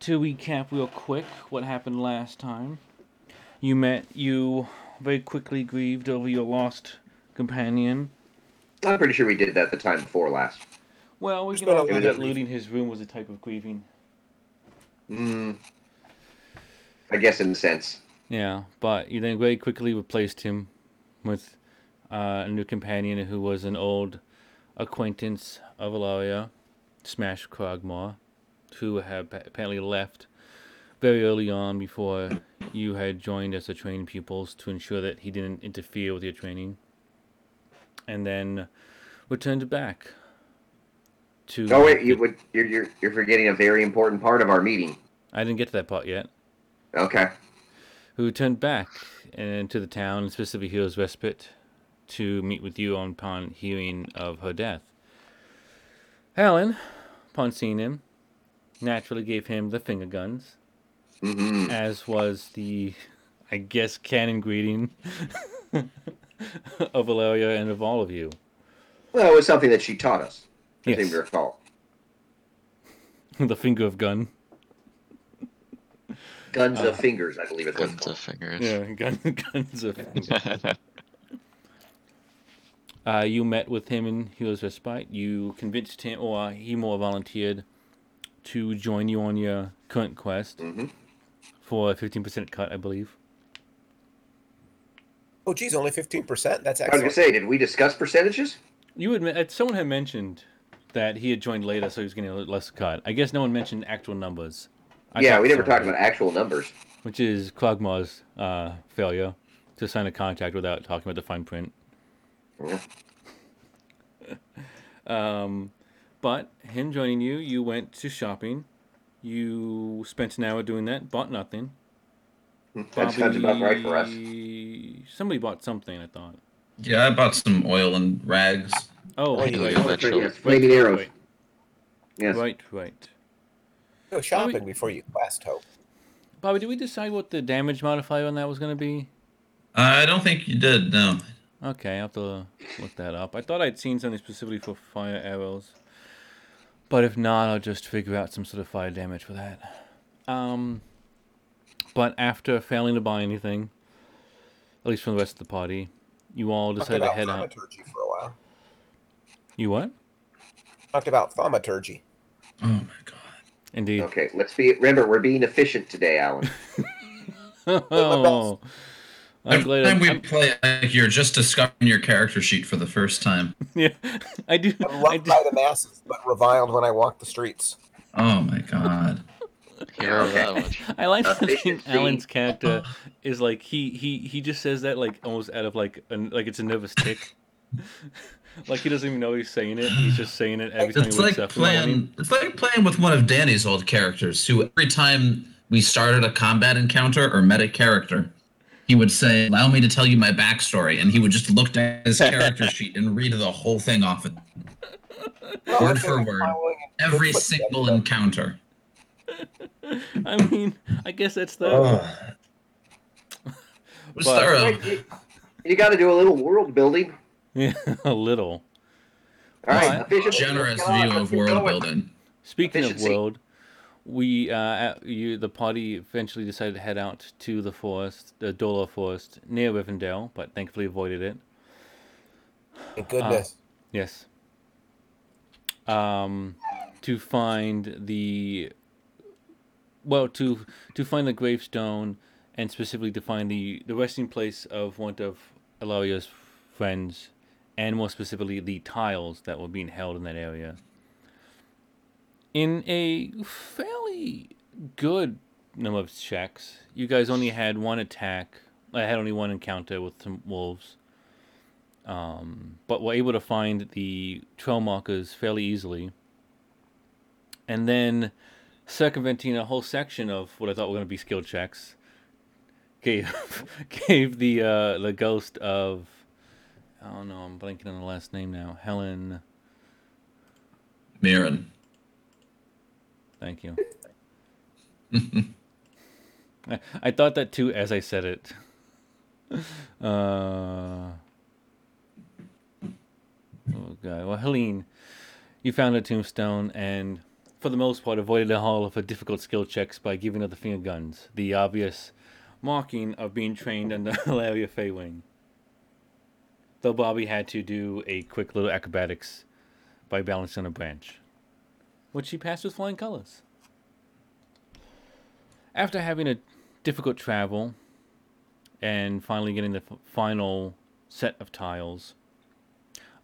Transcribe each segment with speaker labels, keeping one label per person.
Speaker 1: to recap real quick what happened last time. You met, you very quickly grieved over your lost companion.
Speaker 2: I'm pretty sure we did that the time before last.
Speaker 1: Well, we
Speaker 3: Just
Speaker 1: can all
Speaker 3: about
Speaker 1: agree
Speaker 2: like
Speaker 1: that
Speaker 2: that.
Speaker 1: looting his room was a type of grieving.
Speaker 2: Mm, I guess in a sense.
Speaker 1: Yeah, but you then very quickly replaced him with uh, a new companion who was an old acquaintance of Ilaria, Smash Crogmore, who had pa- apparently left very early on before you had joined as a trained pupils to ensure that he didn't interfere with your training, and then returned back to.
Speaker 2: Oh wait, you would you're, you're you're forgetting a very important part of our meeting.
Speaker 1: I didn't get to that part yet.
Speaker 2: Okay.
Speaker 1: who turned back and to the town, specifically Hero's Respite, to meet with you on- upon hearing of her death. Alan, upon seeing him, naturally gave him the finger guns,
Speaker 2: Mm-hmm.
Speaker 1: as was the, I guess, canon greeting of Valeria and of all of you.
Speaker 2: Well, it was something that she taught us. I
Speaker 1: Yes.
Speaker 2: seem to recall.
Speaker 1: the finger of gun.
Speaker 2: Guns of fingers, I believe it was.
Speaker 4: Guns of fingers.
Speaker 1: Yeah, gun, guns of Uh, you met with him in Heroes Respite. You convinced him, or uh, he more volunteered, to join you on your current quest
Speaker 2: Mhm.
Speaker 1: for a 15% cut, I believe.
Speaker 3: Oh, geez, only 15%? That's
Speaker 2: I was gonna
Speaker 3: excellent.
Speaker 2: say, did we discuss percentages?
Speaker 1: You had men- someone had mentioned that he had joined later, so he was getting a little less cut. I guess no one mentioned actual numbers. I
Speaker 2: yeah,
Speaker 1: thought
Speaker 2: we never
Speaker 1: so,
Speaker 2: talked about actual numbers.
Speaker 1: Which is Krogma's uh, failure to sign a contract without talking about the fine print.
Speaker 2: Yeah.
Speaker 1: Um, but him joining you, you went to shopping. You spent an hour doing that, bought nothing.
Speaker 2: That sounds about right for us.
Speaker 1: Bobby- Somebody bought something, I thought.
Speaker 5: Yeah, I bought some oil and rags.
Speaker 1: Oh, right,
Speaker 3: Wait,
Speaker 4: wait,
Speaker 1: right,
Speaker 4: wait.
Speaker 1: right,
Speaker 4: Eventually.
Speaker 2: Yes, flaming arrows.
Speaker 1: Wait.
Speaker 2: Yes.
Speaker 1: right, right.
Speaker 3: Go shopping before you quest, Hope.
Speaker 1: Bobby, did we decide what the damage modifier on that was going to be?
Speaker 5: I don't think you did. No.
Speaker 1: Okay, I have to look that up. I thought I'd seen something specifically for fire arrows, but if not, I'll just figure out some sort of fire damage for that. Um, but after failing to buy anything, at least from the rest of the party, you all
Speaker 3: Talked
Speaker 1: decided to
Speaker 3: about
Speaker 1: head out.
Speaker 3: thaumaturgy for a while.
Speaker 1: You what?
Speaker 3: Talked about thaumaturgy.
Speaker 5: Oh my god.
Speaker 1: Indeed.
Speaker 2: Okay, let's be. Remember, we're being efficient today, Alan.
Speaker 1: oh, I'm
Speaker 5: Every
Speaker 1: glad.
Speaker 5: time we
Speaker 1: I'm-
Speaker 5: play, like, you're just discovering your character sheet for the first time.
Speaker 1: yeah, I do.
Speaker 3: I'm
Speaker 1: I
Speaker 3: loved
Speaker 1: do.
Speaker 3: by the masses, but reviled when I walk the streets.
Speaker 5: Oh my god.
Speaker 4: Hero
Speaker 2: Okay.
Speaker 4: that much.
Speaker 1: I like
Speaker 2: Uh,
Speaker 1: to
Speaker 2: they
Speaker 1: think
Speaker 2: should see.
Speaker 1: Alan's character
Speaker 5: Uh-huh.
Speaker 1: is like he he he just says that like almost out of like an, like it's a nervous tick. like he doesn't even know he's saying it. He's just saying it every time
Speaker 5: It's
Speaker 1: he wakes
Speaker 5: like
Speaker 1: up. in the morning.
Speaker 5: playing. It's like playing with one of Danny's old characters, who every time we started a combat encounter or met a character, he would say, "Allow me to tell you my backstory," and he would just look at his character sheet and read the whole thing off it,
Speaker 3: Well,
Speaker 5: Word
Speaker 3: if
Speaker 5: for
Speaker 3: they're
Speaker 5: word.
Speaker 3: following in good
Speaker 5: every
Speaker 3: footsteps,
Speaker 5: single
Speaker 3: though,
Speaker 5: encounter.
Speaker 1: I mean, I guess that's the.
Speaker 5: Oh. It was
Speaker 1: But-
Speaker 5: thorough.
Speaker 2: Right, you got to do a little world building.
Speaker 1: Yeah, a little.
Speaker 2: All right,
Speaker 1: Alright.
Speaker 2: efficient.
Speaker 5: generous
Speaker 2: Come on,
Speaker 5: view
Speaker 2: let's
Speaker 5: of
Speaker 2: get
Speaker 5: world
Speaker 2: going.
Speaker 5: building.
Speaker 1: Speaking of
Speaker 2: Efficiency.
Speaker 1: world, we uh, at- you the party eventually decided to head out to the forest, the Dolor Forest near Rivendell, but thankfully avoided it. Uh,
Speaker 3: Thank goodness.
Speaker 1: Yes. Um, to find the well to to find the gravestone and specifically to find the the resting place of one of Elaria's friends and more specifically the tiles that were being held in that area in a fairly good number of checks you guys only had one attack i had only one encounter with some wolves but were able to find the trail markers fairly easily. And then circumventing a whole section of what I thought were going to be skill checks, gave gave the uh, the ghost of I don't know I'm blanking on the last name now Helen.
Speaker 5: Mirren.
Speaker 1: Thank you. I, I thought that too as I said it. Uh, oh god. Well, Helene, you found a tombstone, and for the most part, avoided the Hall for difficult skill checks by giving up the finger guns, the obvious marking of being trained under Hilaria Faywing. Though Bobby had to do a quick little acrobatics by balancing on a branch, which she passed with flying colors. After having a difficult travel and finally getting the f- final set of tiles,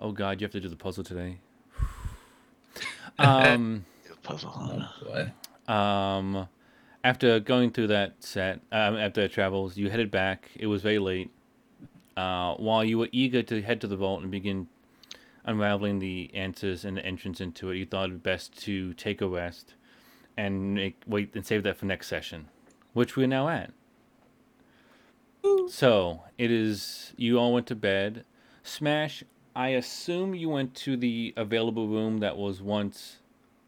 Speaker 1: oh god, you have to do the puzzle today. um.
Speaker 4: Puzzle.
Speaker 5: Boy.
Speaker 1: Um, after going through that set, um, after travels, you headed back. It was very late. Uh, while you were eager to head to the vault and begin unraveling the answers and the entrance into it, you thought it best to take a rest and make, wait and save that for next session, which we're now at. So it is. You all went to bed. Smash. I assume you went to the available room that was once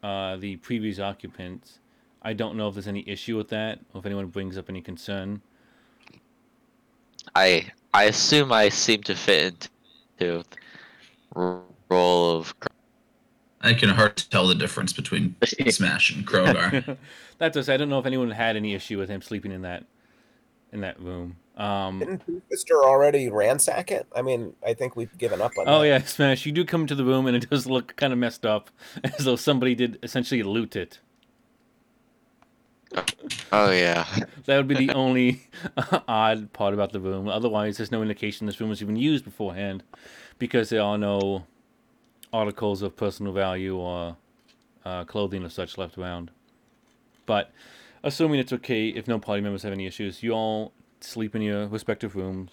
Speaker 1: uh, the previous occupants. I don't know if there's any issue with that, or if anyone brings up any concern.
Speaker 4: I I assume I seem to fit into the role of
Speaker 5: I can hard tell the difference between Smash and Krogar.
Speaker 1: That's us. I don't know if anyone had any issue with him sleeping in that in that room. Um,
Speaker 3: Didn't Mister already ransack it? I mean, I think we've given up on.
Speaker 1: oh
Speaker 3: that.
Speaker 1: yeah, Smash, you do come into the room and it does look kind of messed up, as though somebody did essentially loot it.
Speaker 4: Oh yeah.
Speaker 1: That would be the only uh, odd part about the room. Otherwise, there's no indication this room was even used beforehand, because there are no articles of personal value or uh, clothing or such left around. But assuming it's okay if no party members have any issues, you all sleep in your respective rooms,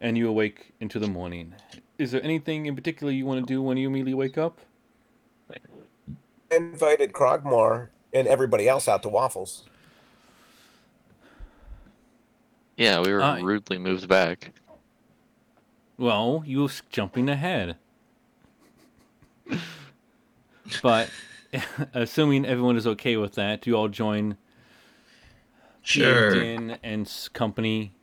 Speaker 1: and you awake into the morning. Is there anything in particular you want to do when you immediately wake up?
Speaker 3: I invited Crogmore and everybody else out to waffles.
Speaker 4: Yeah, we were
Speaker 1: Uh,
Speaker 4: rudely moved back.
Speaker 1: Well, you was jumping ahead. but assuming everyone is okay with that, you all join
Speaker 5: sure.
Speaker 1: Din and s- company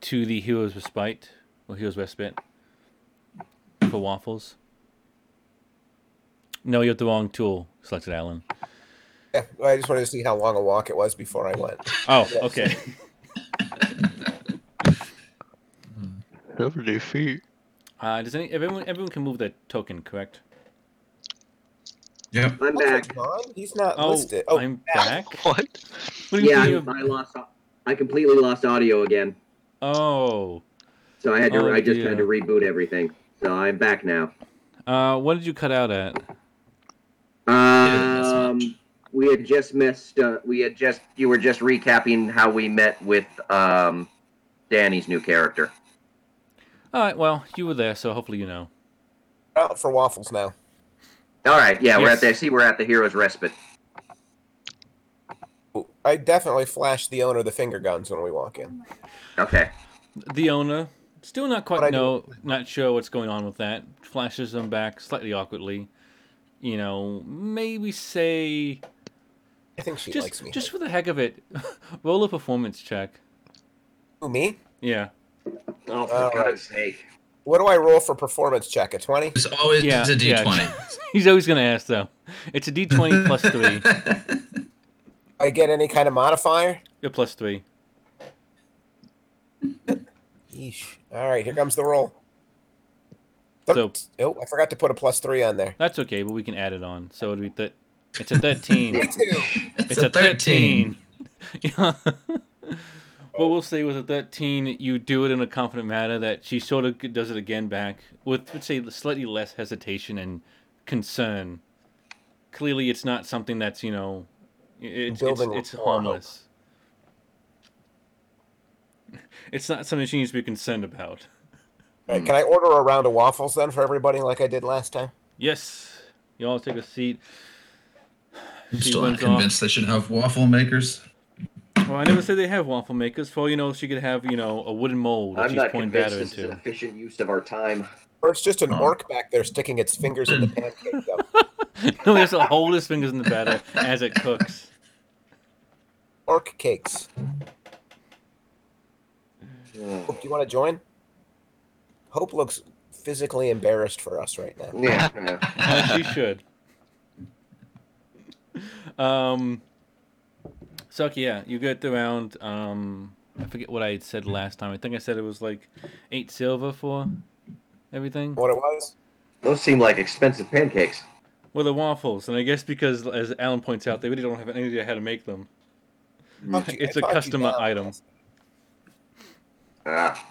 Speaker 1: to the Heroes Respite or Heroes Respite for waffles. No, you have the wrong tool, selected Alan.
Speaker 3: Yeah, I just wanted to see how long a walk it was before I went.
Speaker 1: Oh, okay.
Speaker 4: Seventy feet.
Speaker 1: Uh, does any everyone everyone can move their token, correct?
Speaker 5: Yep.
Speaker 6: I'm
Speaker 3: What's
Speaker 6: back.
Speaker 3: it, Don? He's not
Speaker 1: Oh,
Speaker 3: listed. Oh,
Speaker 1: I'm
Speaker 3: yeah.
Speaker 1: back.
Speaker 4: What?
Speaker 1: What do you
Speaker 6: Yeah,
Speaker 1: mean
Speaker 6: I,
Speaker 1: you're-
Speaker 6: I lost. I completely lost audio again,
Speaker 1: Oh,
Speaker 6: so I had to.
Speaker 1: Oh,
Speaker 6: I just
Speaker 1: dear.
Speaker 6: had to reboot everything. So I'm back now.
Speaker 1: uh, what did you cut out at?
Speaker 5: that's
Speaker 6: Um, we had just missed. Uh, we had just. You were just recapping how we met with um, Danny's new character.
Speaker 1: All right, well, you were there, so hopefully you know.
Speaker 3: out for waffles now.
Speaker 6: All right. Yeah, we're
Speaker 1: Yes.
Speaker 6: at the. I see, we're at the hero's respite.
Speaker 3: I definitely flashed the owner the finger guns when we walk in.
Speaker 6: Okay.
Speaker 1: the owner still not
Speaker 3: But I
Speaker 1: quite
Speaker 3: do-
Speaker 1: know not sure what's going on with that flashes them back slightly awkwardly you know maybe say
Speaker 3: I think she likes
Speaker 1: just
Speaker 3: me.
Speaker 1: just for the heck of it roll a performance check
Speaker 3: Who, me?
Speaker 1: yeah
Speaker 6: Oh,
Speaker 3: for All God's
Speaker 6: sake!
Speaker 3: What do I roll for performance check? A twenty?
Speaker 5: There's always
Speaker 1: Yeah,
Speaker 5: a
Speaker 1: yeah.
Speaker 5: D20.
Speaker 1: he's always gonna ask though it's a d20 plus three
Speaker 3: I get any kind of modifier?
Speaker 1: yeah plus three
Speaker 3: Yeesh. All right, here comes the roll.
Speaker 1: So-
Speaker 3: oh, I forgot to put a plus three on there.
Speaker 1: that's okay but we can add it on so it'd be th- it's a 13
Speaker 3: Two.
Speaker 5: it's,
Speaker 1: it's a 13. Yeah. what we'll say with a 13, you do it in a confident manner that she sort of does it again back with, let's say, slightly less hesitation and concern. Clearly, it's not something that's, you know, it's, it's,
Speaker 3: Building
Speaker 1: it's
Speaker 3: rapport, I hope.
Speaker 1: harmless. It's not something she needs to be concerned about.
Speaker 3: All right, can I order a round of waffles then for everybody like I did last time?
Speaker 1: Yes, you all take a seat.
Speaker 5: I'm
Speaker 1: She
Speaker 5: still not
Speaker 1: runs off.
Speaker 5: convinced they should have waffle makers.
Speaker 1: Well, I never said they have waffle makers. For all you know, she could have, you know, a wooden mold that
Speaker 2: I'm
Speaker 1: she's
Speaker 2: not
Speaker 1: pouring
Speaker 2: convinced
Speaker 1: batter
Speaker 2: this is
Speaker 1: into.
Speaker 2: an efficient use of our time.
Speaker 3: Or it's just an
Speaker 5: Oh.
Speaker 3: orc back there sticking its fingers in the pancake dough.
Speaker 1: no, he has to hold his fingers in the batter as it cooks.
Speaker 3: Orc cakes.
Speaker 2: Ugh.
Speaker 3: Hope, do you want to join? Hope looks physically embarrassed for us right now.
Speaker 2: Yeah.
Speaker 1: As she should. Um, Suck, yeah, you get the round. Um, I forget what I had said last time. I think I said it was like eight silver for everything.
Speaker 3: What it was?
Speaker 2: Those seem like expensive pancakes.
Speaker 1: Well, the waffles, and I guess because, as Alan points out, they really don't have any idea how to make them.
Speaker 3: Fuck you,
Speaker 1: It's a
Speaker 3: I talked you
Speaker 1: custom
Speaker 3: down.
Speaker 1: item.
Speaker 2: Ah,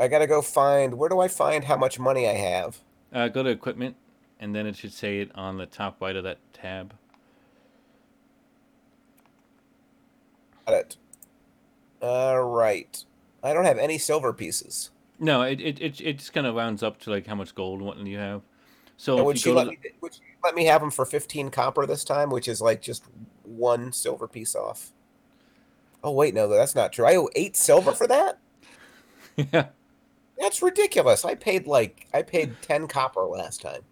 Speaker 3: I gotta go find. Where do I find how much money I have?
Speaker 1: Uh, go to equipment, and then it should say it on the top right of that tab.
Speaker 3: Got it. All right. I don't have any silver pieces.
Speaker 1: No, it it it, it just kind of rounds up to like how much gold and what you have. So
Speaker 3: And
Speaker 1: if
Speaker 3: would
Speaker 1: you
Speaker 3: she
Speaker 1: go to
Speaker 3: let me? Would she let me have them for fifteen copper this time, which is like just one silver piece off? Oh wait, no, that's not true. I owe eight silver for that.
Speaker 1: the- yeah,
Speaker 3: That's ridiculous. I paid like I paid ten copper last time.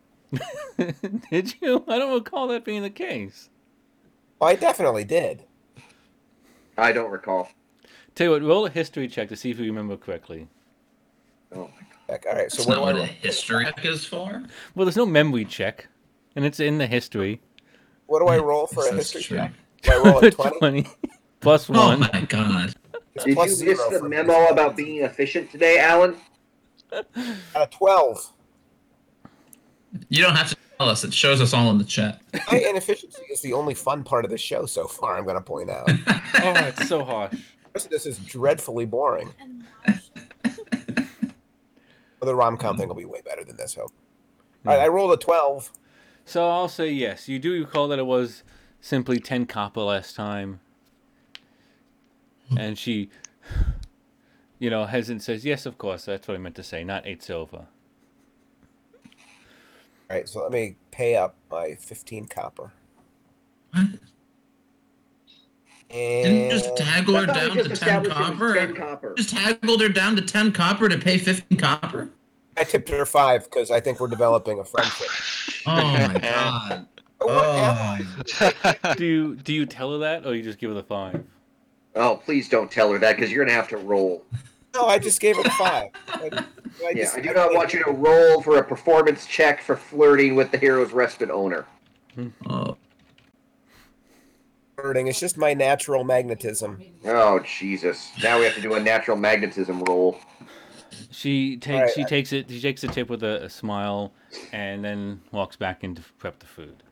Speaker 1: did you? I don't recall that being the case.
Speaker 3: Oh, I definitely did.
Speaker 2: I don't recall.
Speaker 1: Tell you what, roll a history check to see if you remember correctly.
Speaker 2: Oh,
Speaker 3: Like, all right, so
Speaker 5: That's
Speaker 3: what
Speaker 5: not
Speaker 3: do I
Speaker 5: what a
Speaker 3: roll?
Speaker 5: history check is for.
Speaker 1: Well, there's no memory check, and it's in the history.
Speaker 3: What do I roll for a
Speaker 5: That's
Speaker 3: history
Speaker 5: true.
Speaker 3: check? Do I roll a twenty?
Speaker 1: plus
Speaker 5: Oh
Speaker 1: one.
Speaker 5: my god.
Speaker 3: It's
Speaker 2: Did you
Speaker 3: plus
Speaker 2: miss
Speaker 3: zero
Speaker 2: the
Speaker 3: for me.
Speaker 2: memo about being efficient today, Alan?
Speaker 3: Got a twelve.
Speaker 5: You don't have to tell us. It shows us all in the chat.
Speaker 3: My inefficiency is the only fun part of the show so far. I'm going to point out. The
Speaker 1: oh, it's so harsh.
Speaker 3: rest of this is dreadfully boring.
Speaker 7: And now
Speaker 3: The rom com thing will be way better than this. Hope. All right, I rolled a twelve.
Speaker 1: So I'll say yes. You do recall that it was simply ten copper last time, and she, you know, hesitant says yes, of course. That's what I meant to say, not eight silver.
Speaker 3: All right, so let me pay up my fifteen copper.
Speaker 5: What? Didn't you
Speaker 3: And
Speaker 5: just haggle her
Speaker 2: I thought we
Speaker 5: down
Speaker 2: just
Speaker 5: to ten
Speaker 2: established it was
Speaker 5: copper?
Speaker 2: 10 copper.
Speaker 5: Just haggled her down to ten copper to pay fifteen copper?
Speaker 3: I tipped her five because I think we're developing a friendship.
Speaker 5: Oh my god.
Speaker 3: Oh.
Speaker 1: do you do you tell her that, or you just give her the five?
Speaker 2: Oh, please don't tell her that because you're gonna have to roll.
Speaker 3: No, I just gave her the five. I, I
Speaker 2: Yeah,
Speaker 3: just-
Speaker 2: I do not want you to roll for a performance check for flirting with the hero's respite owner.
Speaker 5: Oh.
Speaker 3: flirting. It's just my natural magnetism.
Speaker 2: Oh Jesus! Now we have to do a natural magnetism roll.
Speaker 1: She takes
Speaker 3: Alright,
Speaker 1: she takes it she takes the tip with a, a smile, and then walks back in to prep the food.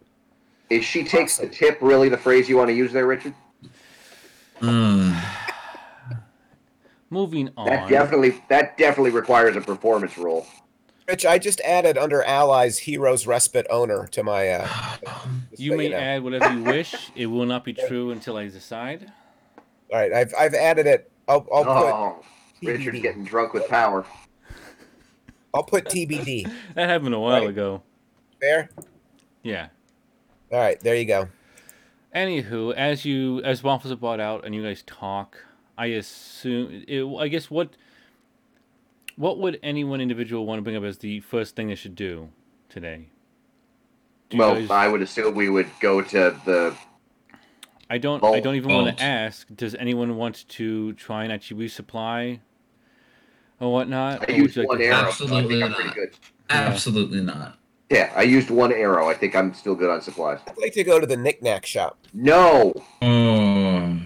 Speaker 2: Is she takes the tip really the phrase you want to use there, Richard?
Speaker 5: Uh,
Speaker 1: Moving
Speaker 2: That
Speaker 1: on.
Speaker 2: definitely that definitely requires a performance roll.
Speaker 3: Rich, I just added under allies heroes respite owner to my. Uh, just
Speaker 1: You
Speaker 3: so
Speaker 1: may
Speaker 3: know.
Speaker 1: add whatever you wish. It will not be true until I decide.
Speaker 3: All right, I've I've added it. I'll I'll put
Speaker 2: Oh, Richard's
Speaker 3: TBD.
Speaker 2: getting drunk with power.
Speaker 3: I'll put TBD.
Speaker 1: That happened a while
Speaker 3: Right.
Speaker 1: ago.
Speaker 3: Fair.
Speaker 1: Yeah.
Speaker 3: All right, there you go.
Speaker 1: Anywho, as you as waffles are brought out and you guys talk, I assume it, I guess what what would any one individual want to bring up as the first thing they should do today? Do you
Speaker 2: Well,
Speaker 1: guys-
Speaker 2: I would assume we would go to the.
Speaker 1: I don't. I
Speaker 2: Vault.
Speaker 1: don't even want
Speaker 5: Vault.
Speaker 1: to ask. Does anyone want to try and actually resupply or whatnot?
Speaker 2: I
Speaker 1: Or would
Speaker 2: used
Speaker 1: you like
Speaker 2: one
Speaker 1: to-
Speaker 2: arrow.
Speaker 5: Absolutely
Speaker 2: I think I'm pretty
Speaker 5: not.
Speaker 2: good.
Speaker 5: absolutely not.
Speaker 2: Yeah, I used one arrow. I think I'm still good on supplies.
Speaker 3: I'd like to go to the knickknack shop.
Speaker 2: No,
Speaker 5: Oh.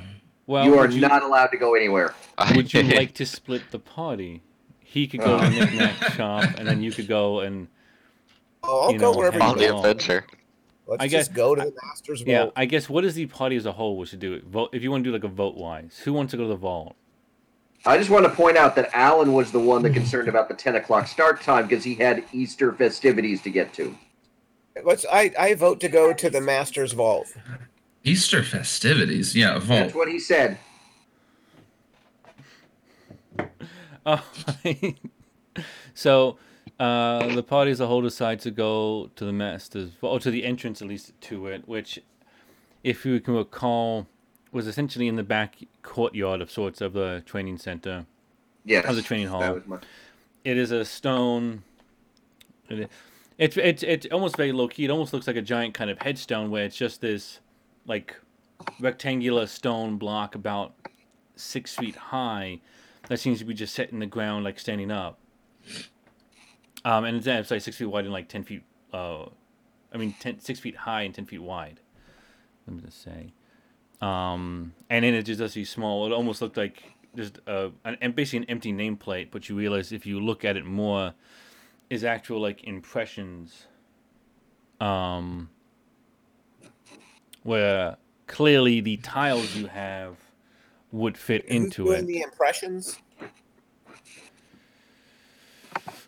Speaker 1: well,
Speaker 2: you are
Speaker 1: would
Speaker 2: not allowed to go anywhere.
Speaker 1: Would you like to split the party? He could go to
Speaker 2: Oh.
Speaker 1: the knickknack shop, and then you could go and
Speaker 3: Oh, I'll
Speaker 1: You
Speaker 3: go
Speaker 1: know,
Speaker 3: wherever
Speaker 4: on
Speaker 1: I'll
Speaker 3: you go.
Speaker 4: the
Speaker 1: wrong.
Speaker 4: adventure?
Speaker 3: Let's
Speaker 1: I guess-
Speaker 3: just go to the master's
Speaker 1: Yeah,
Speaker 3: vault.
Speaker 1: I guess what is the party as a whole we should do? it? Vote if you want to do like a vote wise. Who wants to go to the vault?
Speaker 2: I just want to point out that Alan was the one that concerned about the 10 o'clock start time because he had Easter festivities to get
Speaker 1: Hmm.
Speaker 2: to.
Speaker 3: Let's. I I vote to go to the master's vault.
Speaker 5: Easter festivities. Yeah, vault.
Speaker 2: That's what he said.
Speaker 1: Alright. Oh, so uh, the party as a whole decides to go to the master's or to the entrance at least to it, which, if you can recall, was essentially in the back courtyard of sorts of the training center.
Speaker 2: Yes.
Speaker 1: Of the training hall.
Speaker 2: That was my-
Speaker 1: It is a stone. It, it's it's it's almost very low key. It almost looks like a giant kind of headstone where it's just this, like, rectangular stone block about six feet high, that seems to be just set in the ground like standing up. Um, and it's, it's like six feet wide and like ten feet. Uh, I mean, ten, six feet high and ten feet wide. Let me just say. Um, and then it just does these small. It almost looked like just uh, an, and basically an empty nameplate, but you realize if you look at it more, is actual like impressions. Um, where clearly the tiles you have would fit into
Speaker 3: Who's doing
Speaker 1: it.
Speaker 3: the impressions?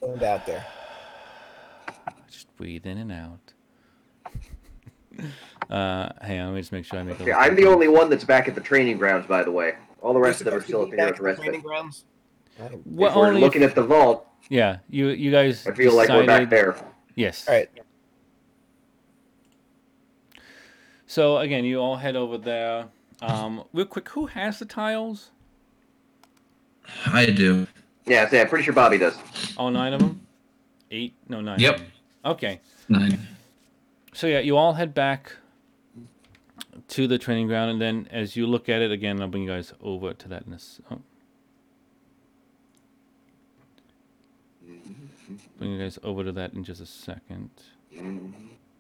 Speaker 3: Someone's out there.
Speaker 1: Just breathe in and out. Uh, hang on, let me just make sure I make.
Speaker 2: Okay, I'm the only one that's back at the training grounds, by the way. All the rest of them are
Speaker 3: Supposed
Speaker 2: still
Speaker 3: to be
Speaker 2: up in here
Speaker 3: back
Speaker 2: with the
Speaker 3: at
Speaker 2: rest
Speaker 3: the
Speaker 2: of
Speaker 3: training
Speaker 2: it.
Speaker 3: grounds? I don't-
Speaker 1: Well,
Speaker 2: if we're
Speaker 1: only
Speaker 2: looking
Speaker 1: if-
Speaker 2: at the vault,
Speaker 1: yeah, you you guys.
Speaker 2: I feel like we're
Speaker 1: decided-
Speaker 2: back there.
Speaker 1: Yes.
Speaker 3: All right.
Speaker 1: So again, you all head over there. Um, real quick, who has the tiles?
Speaker 5: I do.
Speaker 2: Yeah, yeah, pretty sure Bobby does.
Speaker 1: All nine of them? Eight? No, nine. of
Speaker 5: Yep.
Speaker 1: them. Okay.
Speaker 5: Nine.
Speaker 1: So yeah, you all head back to the training ground, and then as you look at it again, I'll bring you guys over to that. In this, oh. Bring you guys over to that in just a second.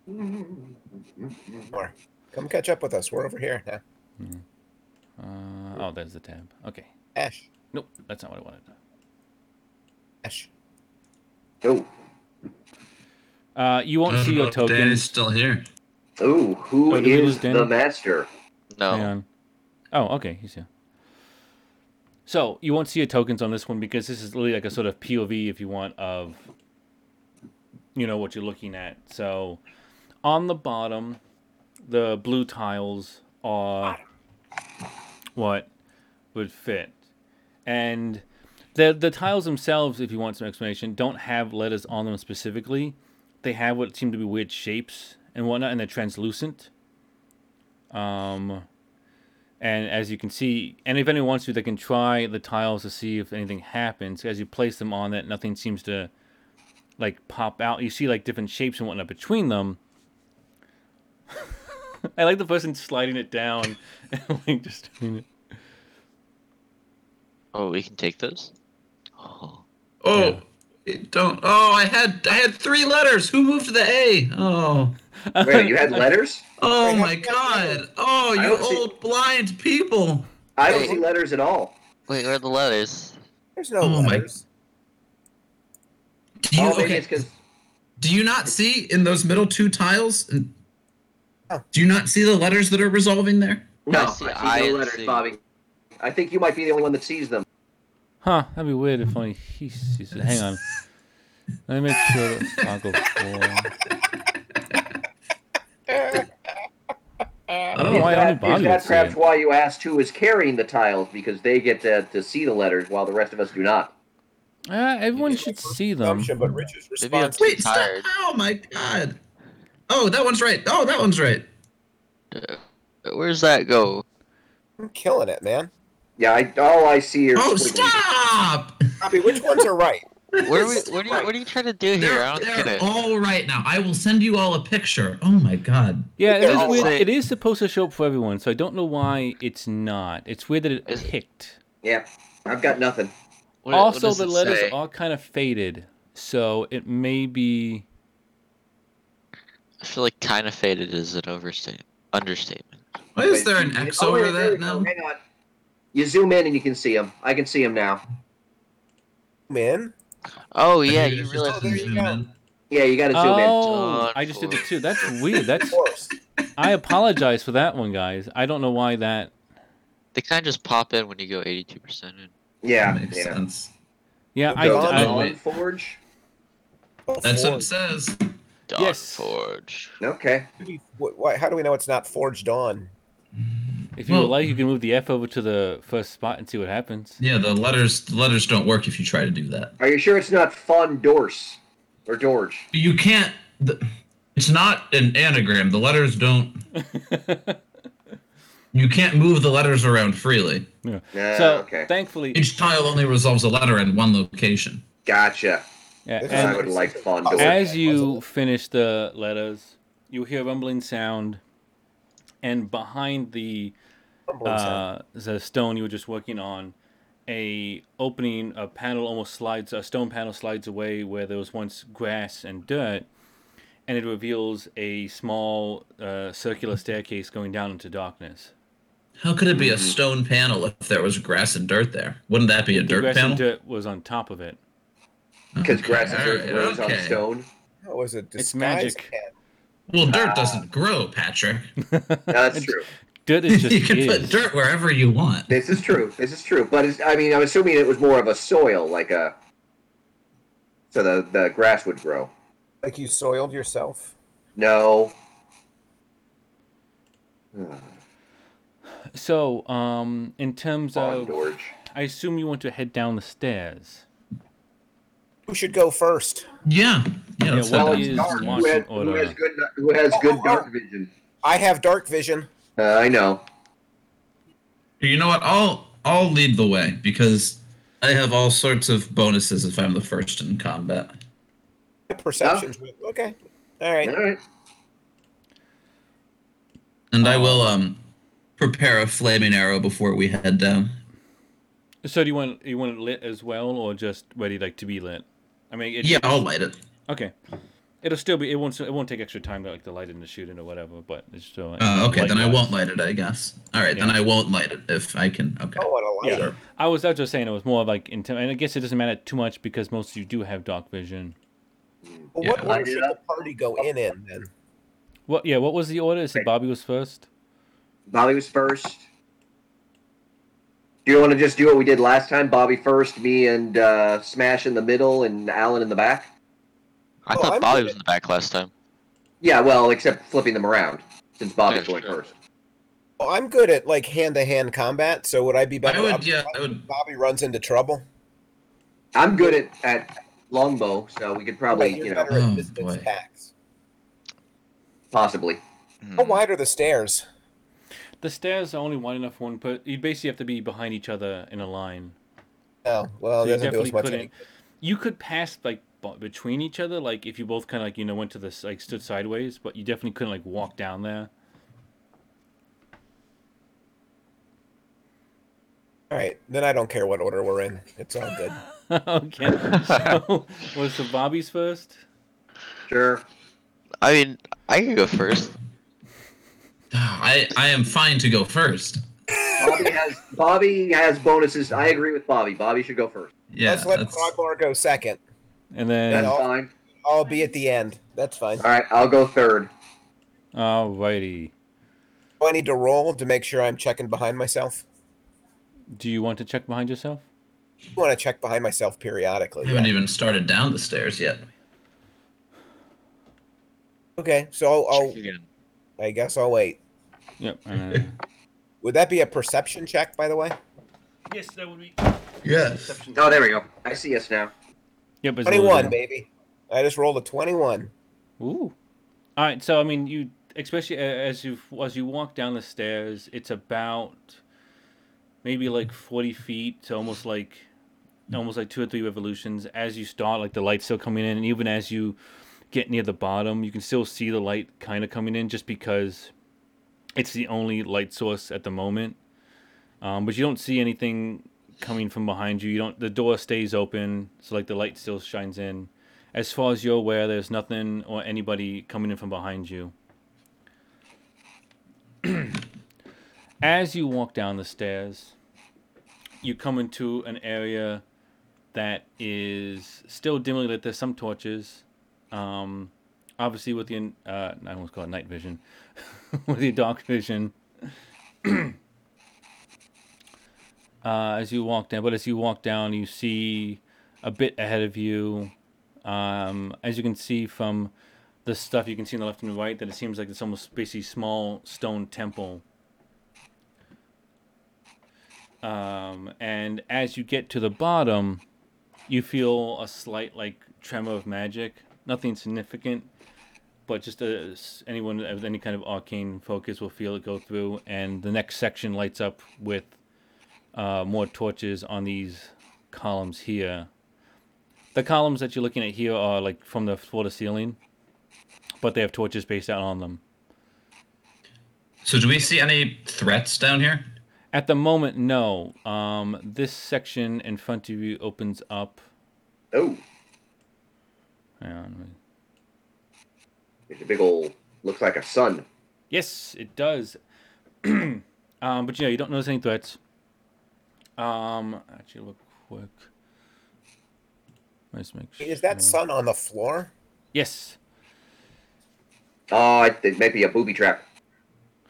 Speaker 3: More. Come catch up with us. We're over here now.
Speaker 1: Uh, oh, there's the tab. Okay.
Speaker 3: Ash.
Speaker 1: Nope, that's not what I wanted.
Speaker 3: Ash.
Speaker 2: Oh,
Speaker 1: Uh, you won't see your tokens.
Speaker 5: Danny's Oh, still here.
Speaker 2: ooh, who
Speaker 1: Oh,
Speaker 2: is
Speaker 1: did we lose Danny?
Speaker 2: the master?
Speaker 4: No.
Speaker 1: Hang on. Oh, okay. He's here. So you won't see your tokens on this one because this is really like a sort of POV, if you want, of you know what you're looking at. So on the bottom, the blue tiles are what would fit, and the the tiles themselves, if you want some explanation, don't have letters on them specifically. They have what seem to be weird shapes and whatnot, and they're translucent. Um, and as you can see, and if anyone wants to, they can try the tiles to see if anything happens. As you place them on it, nothing seems to like pop out. You see like different shapes and whatnot between them. I like the person sliding it down and like just doing it.
Speaker 4: Oh, we can take those. Oh,
Speaker 5: Oh, it don't. Oh, I had I had three letters. Who moved the A? Oh.
Speaker 2: Wait, you had letters?
Speaker 5: Oh
Speaker 3: Wait,
Speaker 5: my
Speaker 3: that's not
Speaker 5: God. Oh,
Speaker 2: I
Speaker 5: you
Speaker 2: don't see-
Speaker 5: old blind people.
Speaker 2: I don't see letters at all.
Speaker 4: wait, where are the letters?
Speaker 3: There's no
Speaker 5: Oh my-
Speaker 3: letters.
Speaker 5: Do you
Speaker 2: oh, maybe
Speaker 5: okay?
Speaker 2: it's because
Speaker 5: Do you not see in those middle two tiles?
Speaker 3: Oh.
Speaker 5: Do you not see the letters that are resolving there?
Speaker 2: no,
Speaker 4: I
Speaker 2: I
Speaker 4: see-
Speaker 2: see,
Speaker 4: I
Speaker 2: no letters,
Speaker 4: see.
Speaker 2: Bobby. I think you might be the only one that sees them.
Speaker 1: Huh? That'd be weird if only he sees it. Hang on. Let me make sure that toggle four. I don't
Speaker 5: Oh,
Speaker 1: know
Speaker 2: is
Speaker 1: why only
Speaker 2: that, is
Speaker 1: Bobby would
Speaker 2: that
Speaker 1: see
Speaker 2: perhaps
Speaker 1: it.
Speaker 2: why you asked who is carrying the tiles? Because they get to, to see the letters while the rest of us do not.
Speaker 1: Uh, everyone should see them.
Speaker 3: Assumption, but Rich's
Speaker 4: Maybe I'm
Speaker 3: response.
Speaker 4: too
Speaker 5: Wait, stop!
Speaker 4: tired.
Speaker 5: Oh my God. Oh, that one's right. Oh, that one's right.
Speaker 4: Where's that go?
Speaker 3: I'm killing it, man.
Speaker 2: Yeah, I, all I see are
Speaker 5: Oh,
Speaker 2: squiggly.
Speaker 5: stop!
Speaker 3: Copy. Which ones are right?
Speaker 4: What are, we, what, are you, what are you trying to do here?
Speaker 5: They're,
Speaker 4: I don't get
Speaker 5: they're
Speaker 4: it.
Speaker 5: all right now. I will send you all a picture. Oh my God.
Speaker 1: Yeah, it
Speaker 3: They're
Speaker 1: is
Speaker 3: all
Speaker 1: weird.
Speaker 4: like-
Speaker 1: It is supposed to show up for everyone, so I don't know why it's not. It's weird that it
Speaker 4: Is-
Speaker 1: picked.
Speaker 2: Yeah, I've got nothing.
Speaker 4: What- what
Speaker 1: also,
Speaker 4: does
Speaker 1: the
Speaker 4: it
Speaker 1: letters
Speaker 4: say?
Speaker 1: are kind of faded, so it may be.
Speaker 4: I feel like kind of faded is an overstatement. Understatement.
Speaker 5: Why is
Speaker 2: Wait,
Speaker 5: there an
Speaker 2: you-
Speaker 5: X
Speaker 2: oh,
Speaker 5: over
Speaker 2: wait, there we
Speaker 5: that
Speaker 2: go.
Speaker 5: now?
Speaker 2: Hang on. You zoom in and you can see them. I can see them now.
Speaker 3: Man.
Speaker 4: Oh yeah,
Speaker 5: Maybe
Speaker 4: you
Speaker 5: it's
Speaker 4: realize
Speaker 5: just
Speaker 3: Oh, there you
Speaker 5: zoom
Speaker 3: go.
Speaker 5: in.
Speaker 2: Yeah, you got to zoom
Speaker 1: Oh,
Speaker 4: John
Speaker 1: I just did the
Speaker 4: Ford.
Speaker 1: two. That's weird.
Speaker 3: Of
Speaker 1: That's.
Speaker 3: course.
Speaker 1: I apologize for that one, guys. I don't know why that.
Speaker 4: they kind of just pop in when you go 82% in.
Speaker 2: in. Yeah,
Speaker 5: That makes
Speaker 2: yeah.
Speaker 5: sense.
Speaker 1: Yeah, I,
Speaker 2: Dawn,
Speaker 1: I-
Speaker 2: Dawn Forge.
Speaker 5: That's
Speaker 3: Forged.
Speaker 5: what it says.
Speaker 4: Dawn
Speaker 1: Yes.
Speaker 4: Forge.
Speaker 2: Okay.
Speaker 3: What, why, how do we know it's not forged on?
Speaker 1: If you would
Speaker 4: Hmm.
Speaker 5: Well-
Speaker 1: like, you can move the F over to the first spot and see what happens.
Speaker 5: Yeah, the letters the letters don't work if you try to do that.
Speaker 2: Are you sure it's not Fon Dorse or Dorge?
Speaker 5: You can't. The, it's not an anagram. The letters don't. you can't move the letters around freely.
Speaker 1: Yeah.
Speaker 2: Yeah,
Speaker 1: so
Speaker 2: okay.
Speaker 1: thankfully,
Speaker 5: Each tile only resolves a letter in one location.
Speaker 2: Gotcha.
Speaker 1: yeah,
Speaker 3: This is
Speaker 1: and-
Speaker 2: I would like Fon
Speaker 3: Puzzle.
Speaker 2: Dorse.
Speaker 1: As
Speaker 3: Okay,
Speaker 1: you
Speaker 3: puzzle.
Speaker 1: finish the letters, you hear a rumbling sound, and behind the
Speaker 3: Rumbling sound.
Speaker 1: uh, the stone you were just working on, a opening, a panel almost slides, a stone panel slides away where there was once grass and dirt, and it reveals a small uh, circular staircase going down into darkness.
Speaker 5: How could it be a stone panel if there was grass and dirt there? Wouldn't that be a
Speaker 1: The
Speaker 5: dirt
Speaker 1: grass
Speaker 5: panel?
Speaker 1: and dirt was on top of it.
Speaker 2: because grass and
Speaker 5: Okay,
Speaker 2: dirt
Speaker 5: alright,
Speaker 2: grows on
Speaker 5: okay.
Speaker 2: stone.
Speaker 3: That was a disguise.
Speaker 1: magic.
Speaker 3: man.
Speaker 5: Well, dirt doesn't grow, Patrick.
Speaker 2: No, that's true.
Speaker 1: Dirt is just
Speaker 5: you can
Speaker 1: is.
Speaker 5: put dirt wherever you want.
Speaker 2: This is true. This is true. But it's, I mean, I'm assuming it was more of a soil, like a so the the grass would grow.
Speaker 3: Like you soiled yourself.
Speaker 2: No. Ugh,
Speaker 1: So, um, in terms
Speaker 2: Bon
Speaker 1: of,
Speaker 2: Dorge.
Speaker 1: I assume you want to head down the stairs.
Speaker 3: Who should go first?
Speaker 5: Yeah. Yeah.
Speaker 1: Yeah,
Speaker 5: that's
Speaker 1: well,
Speaker 5: not
Speaker 1: it is
Speaker 5: bad.
Speaker 1: dark.
Speaker 2: Who has, who
Speaker 1: order.
Speaker 2: has good who has
Speaker 3: Oh,
Speaker 2: good
Speaker 3: oh,
Speaker 2: dark
Speaker 3: oh.
Speaker 2: vision?
Speaker 3: I have dark vision.
Speaker 2: Uh, I know.
Speaker 5: You know what? I'll I'll lead the way because I have all sorts of bonuses if I'm the first in combat.
Speaker 3: Perceptions. Okay. All right.
Speaker 2: All right.
Speaker 5: And I will um prepare a flaming arrow before we head down.
Speaker 1: So, do you want you want it lit as well, or just ready like to be lit? I mean, it,
Speaker 5: Yeah, I'll light it.
Speaker 1: Okay. It'll still be. It won't. It won't take extra time to like to light it and to shoot it or whatever. But it's still. Like,
Speaker 5: Uh, okay, then I
Speaker 1: light-wise.
Speaker 5: won't light it, I guess. All right, then I won't light it if I can. Okay.
Speaker 3: I want to light
Speaker 5: Sure.
Speaker 3: it.
Speaker 1: I was. I was just saying it was more of like intent, and I guess it doesn't matter too much because most of you do have dark vision.
Speaker 3: Well,
Speaker 5: Yeah.
Speaker 3: what
Speaker 2: Light
Speaker 3: order
Speaker 2: it
Speaker 3: should the
Speaker 2: up.
Speaker 3: party go in in then?
Speaker 1: What? Yeah. What was the order? It said
Speaker 2: Right.
Speaker 1: Bobby was first.
Speaker 2: Bobby was first. Do you want to just do what we did last time? Bobby first, me and uh, Smash in the middle, and Alan in the back.
Speaker 4: I
Speaker 3: Oh,
Speaker 4: thought
Speaker 3: I'm
Speaker 4: Bobby
Speaker 3: good
Speaker 4: was
Speaker 3: at-
Speaker 4: in the back last time.
Speaker 2: Yeah, well, except flipping them around since Bobby's
Speaker 4: Yeah,
Speaker 2: going
Speaker 4: sure.
Speaker 2: first.
Speaker 3: Well, I'm good at like hand to hand combat, so would I be better?
Speaker 5: I would.
Speaker 3: off
Speaker 5: Yeah,
Speaker 3: if
Speaker 5: I would.
Speaker 3: Bobby runs into trouble.
Speaker 2: I'm good at, at longbow, so we could probably,
Speaker 3: You're
Speaker 2: you know,
Speaker 3: better at
Speaker 5: Oh,
Speaker 3: distance
Speaker 5: boy.
Speaker 3: attacks.
Speaker 2: possibly.
Speaker 4: Hmm.
Speaker 3: How wide are the stairs?
Speaker 1: The stairs are only wide enough for one. But you basically have to be behind each other in a line.
Speaker 3: Oh, well,
Speaker 1: So
Speaker 3: it
Speaker 1: you
Speaker 3: doesn't do
Speaker 1: definitely
Speaker 3: as much.
Speaker 1: couldn't.
Speaker 3: Any.
Speaker 1: You could pass like b- between each other, like if you both kind of like you know went to this like stood sideways, but you definitely couldn't like walk down there.
Speaker 3: All right, then I don't care what order we're in. It's all good.
Speaker 1: okay. So was the Bobby's first?
Speaker 2: Sure.
Speaker 4: I mean, I could go first.
Speaker 5: I I am fine to go first.
Speaker 2: Bobby has Bobby has bonuses. I agree with Bobby. Bobby should go first.
Speaker 5: Yeah.
Speaker 3: Let's let
Speaker 5: that's-
Speaker 3: Frogmore go second.
Speaker 1: And
Speaker 2: That's
Speaker 1: then
Speaker 3: all-
Speaker 2: fine.
Speaker 3: I'll be at the end. That's fine.
Speaker 2: All right, I'll go third.
Speaker 1: alrighty.
Speaker 3: Do I need to roll to make sure I'm checking behind myself?
Speaker 1: Do you want to check behind yourself?
Speaker 3: I want to check behind myself periodically.
Speaker 5: I haven't
Speaker 3: yeah.
Speaker 5: even started down the stairs yet.
Speaker 3: Okay, so I'll,
Speaker 4: Check again.
Speaker 3: I'll, I guess I'll wait.
Speaker 1: Yep. uh,
Speaker 3: Would that be a perception check, by the way?
Speaker 1: yes, that would be.
Speaker 5: Yes.
Speaker 2: Oh, there we go. I see us now.
Speaker 1: Yep. it's a little bit-
Speaker 3: 21, baby. I just rolled a 21.
Speaker 1: Ooh. All right. So I mean, you especially a- as you as you walk down the stairs, it's about maybe like forty feet, so almost like almost like two or three revolutions. As you start, like the light's still coming in, and even as you get near the bottom, you can still see the light kind of coming in, just because it's the only light source at the moment. Um, but you don't see anything coming from behind you. You don't. The door stays open, so like the light still shines in. As far as you're aware, there's nothing or anybody coming in from behind you. As you walk down the stairs, you come into an area that is still dimly lit. There's some torches. Um, obviously, with the uh, I almost call it night vision, with the dark vision. uh, as you walk down, but as you walk down, you see a bit ahead of you um, as you can see from the stuff you can see on the left and right, that it seems like it's almost basically small stone temple. Um, and as you get to the bottom, you feel a slight like tremor of magic. Nothing significant, but just uh, s anyone with any kind of arcane focus will feel it go through. And the next section lights up with uh, more torches on these columns here the columns that you're looking at here are like from the floor to ceiling, but they have torches based out on them.
Speaker 5: So do we see any threats down here?
Speaker 1: At the moment, no. Um, this section in front of you opens up.
Speaker 2: Oh,
Speaker 1: Hang on. let me-
Speaker 2: It's a big old looks like a sun.
Speaker 1: Yes, it does. um, but yeah, you don't notice any threats. Um, actually, look quick. Let's make sure.
Speaker 3: Is that sun on the floor?
Speaker 1: Yes.
Speaker 2: Oh, I think maybe a booby trap.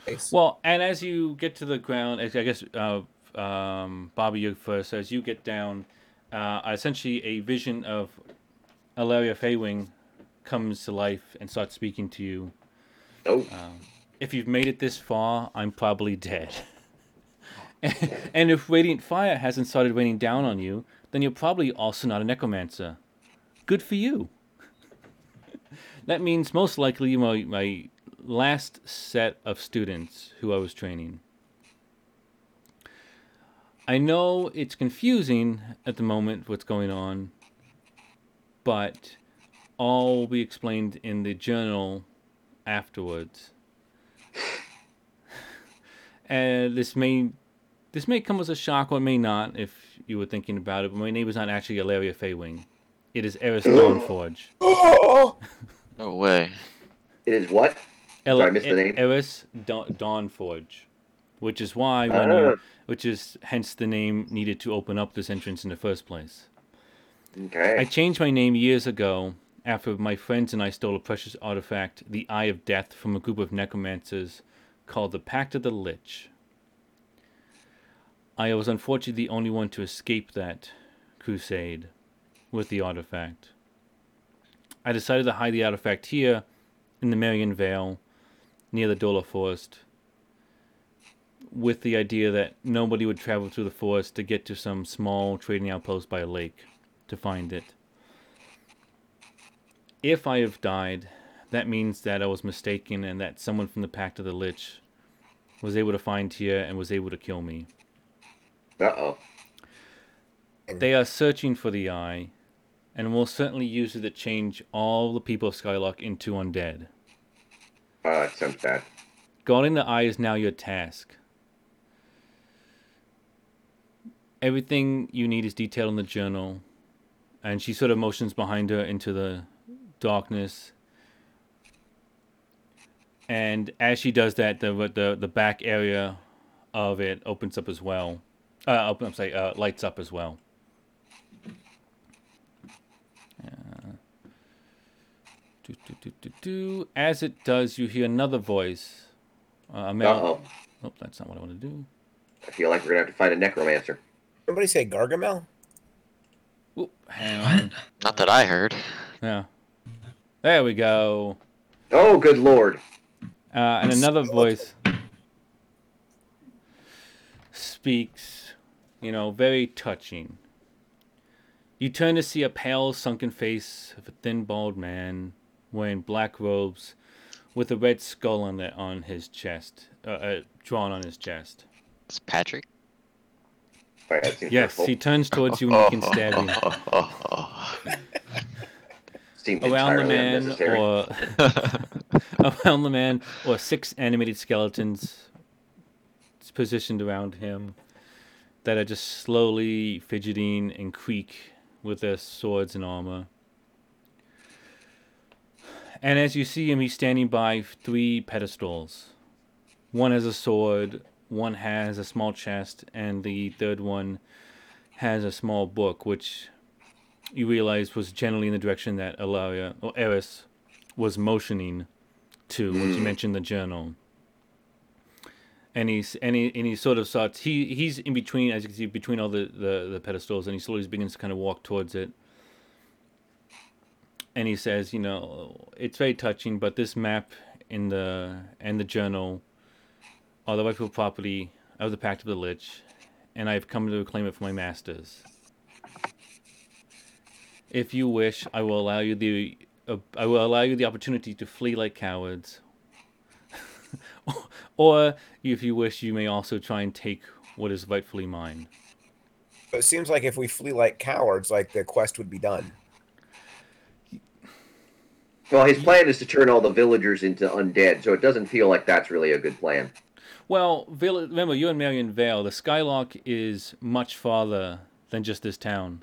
Speaker 3: Nice.
Speaker 1: Well, and as you get to the ground, as- I guess uh, um, Bobby, you first. As you get down, uh, essentially a vision of Alaria Faywing comes to life and starts speaking to you.
Speaker 2: Oh,
Speaker 1: if you've made it this far, I'm probably dead. and if radiant fire hasn't started raining down on you, then you're probably also not a necromancer. Good for you. that means most likely my my last set of students who I was training. I know it's confusing at the moment what's going on, but all will be explained in the journal afterwards and this may this may come as a shock or it may not if you were thinking about it but my neighbor's not actually Alaria Faywing. It is Eris Stoneforge.
Speaker 3: Oh!
Speaker 4: No way.
Speaker 2: it is what?
Speaker 1: El-
Speaker 2: Sorry, I missed the name.
Speaker 1: Eris Dawn- Dawnforge, which is why when you-
Speaker 2: Ah.
Speaker 1: which is hence the name needed to open up this entrance in the first place.
Speaker 2: Okay.
Speaker 1: I changed my name years ago after my friends and I stole a precious artifact, the Eye of Death, from a group of necromancers called the Pact of the Lich. I was unfortunately the only one to escape that crusade with the artifact. I decided to hide the artifact here in the Marion Vale near the Dolor Forest with the idea that nobody would travel through the forest to get to some small trading outpost by a lake to find it. If I have died, that means that I was mistaken and that someone from the Pact of the Lich was able to find here and was able to kill me.
Speaker 2: Uh oh.
Speaker 1: They are searching for the eye and will certainly use it to change all the people of Skylark into undead.
Speaker 2: Uh, it sounds bad.
Speaker 1: Guarding the eye is now your task. Everything you need is detailed in the journal. And she sort of motions behind her into the darkness. And as she does that, the the, the back area of it opens up as well. Uh, open, I'm sorry, uh, lights up as well. Do, do, do, do, do. As it does, you hear another voice. Uh, a
Speaker 2: Uh
Speaker 1: male.
Speaker 2: oh.
Speaker 1: Nope, that's not what I want to do.
Speaker 2: I feel like we're gonna have to fight a necromancer.
Speaker 3: Somebody say Gargamel?
Speaker 1: Oop, hang on.
Speaker 5: What?
Speaker 4: Not that I heard.
Speaker 1: Yeah. There we go.
Speaker 2: Oh, good lord.
Speaker 1: Uh, and another voice speaks, you know, very touching. You turn to see a pale, sunken face of a thin, bald man wearing black robes with a red skull on, the, on his chest, uh, uh, drawn on his chest.
Speaker 4: It's Patrick.
Speaker 2: All right, that seems
Speaker 1: Yes,
Speaker 2: hurtful.
Speaker 1: he turns towards you and you can stab him.
Speaker 2: seems
Speaker 1: around the
Speaker 2: entirely
Speaker 1: man
Speaker 2: unnecessary.
Speaker 1: or around the man or six animated skeletons positioned around him that are just slowly fidgeting and creak with their swords and armor. And as you see him, he's standing by three pedestals. One has a sword, one has a small chest, and the third one has a small book, which you realized was generally in the direction that Alaria or Eris was motioning to when she mentioned the journal. And he's and he and he sort of starts he he's in between as you can see between all the, the, the pedestals and he slowly begins to kind of walk towards it. And he says, you know, it's very touching, but this map in the and the journal are the rightful property of the Pact of the Lich, and I've come to reclaim it for my masters. If you wish, I will allow you the uh, I will allow you the opportunity to flee like cowards. or if you wish, you may also try and take what is rightfully mine.
Speaker 3: It seems like if we flee like cowards, like the quest would be done.
Speaker 2: Well, his plan is to turn all the villagers into undead, so it doesn't feel like that's really a good plan.
Speaker 1: Well, Vale remember you and Marion Vale. The Skylark is much farther than just this town,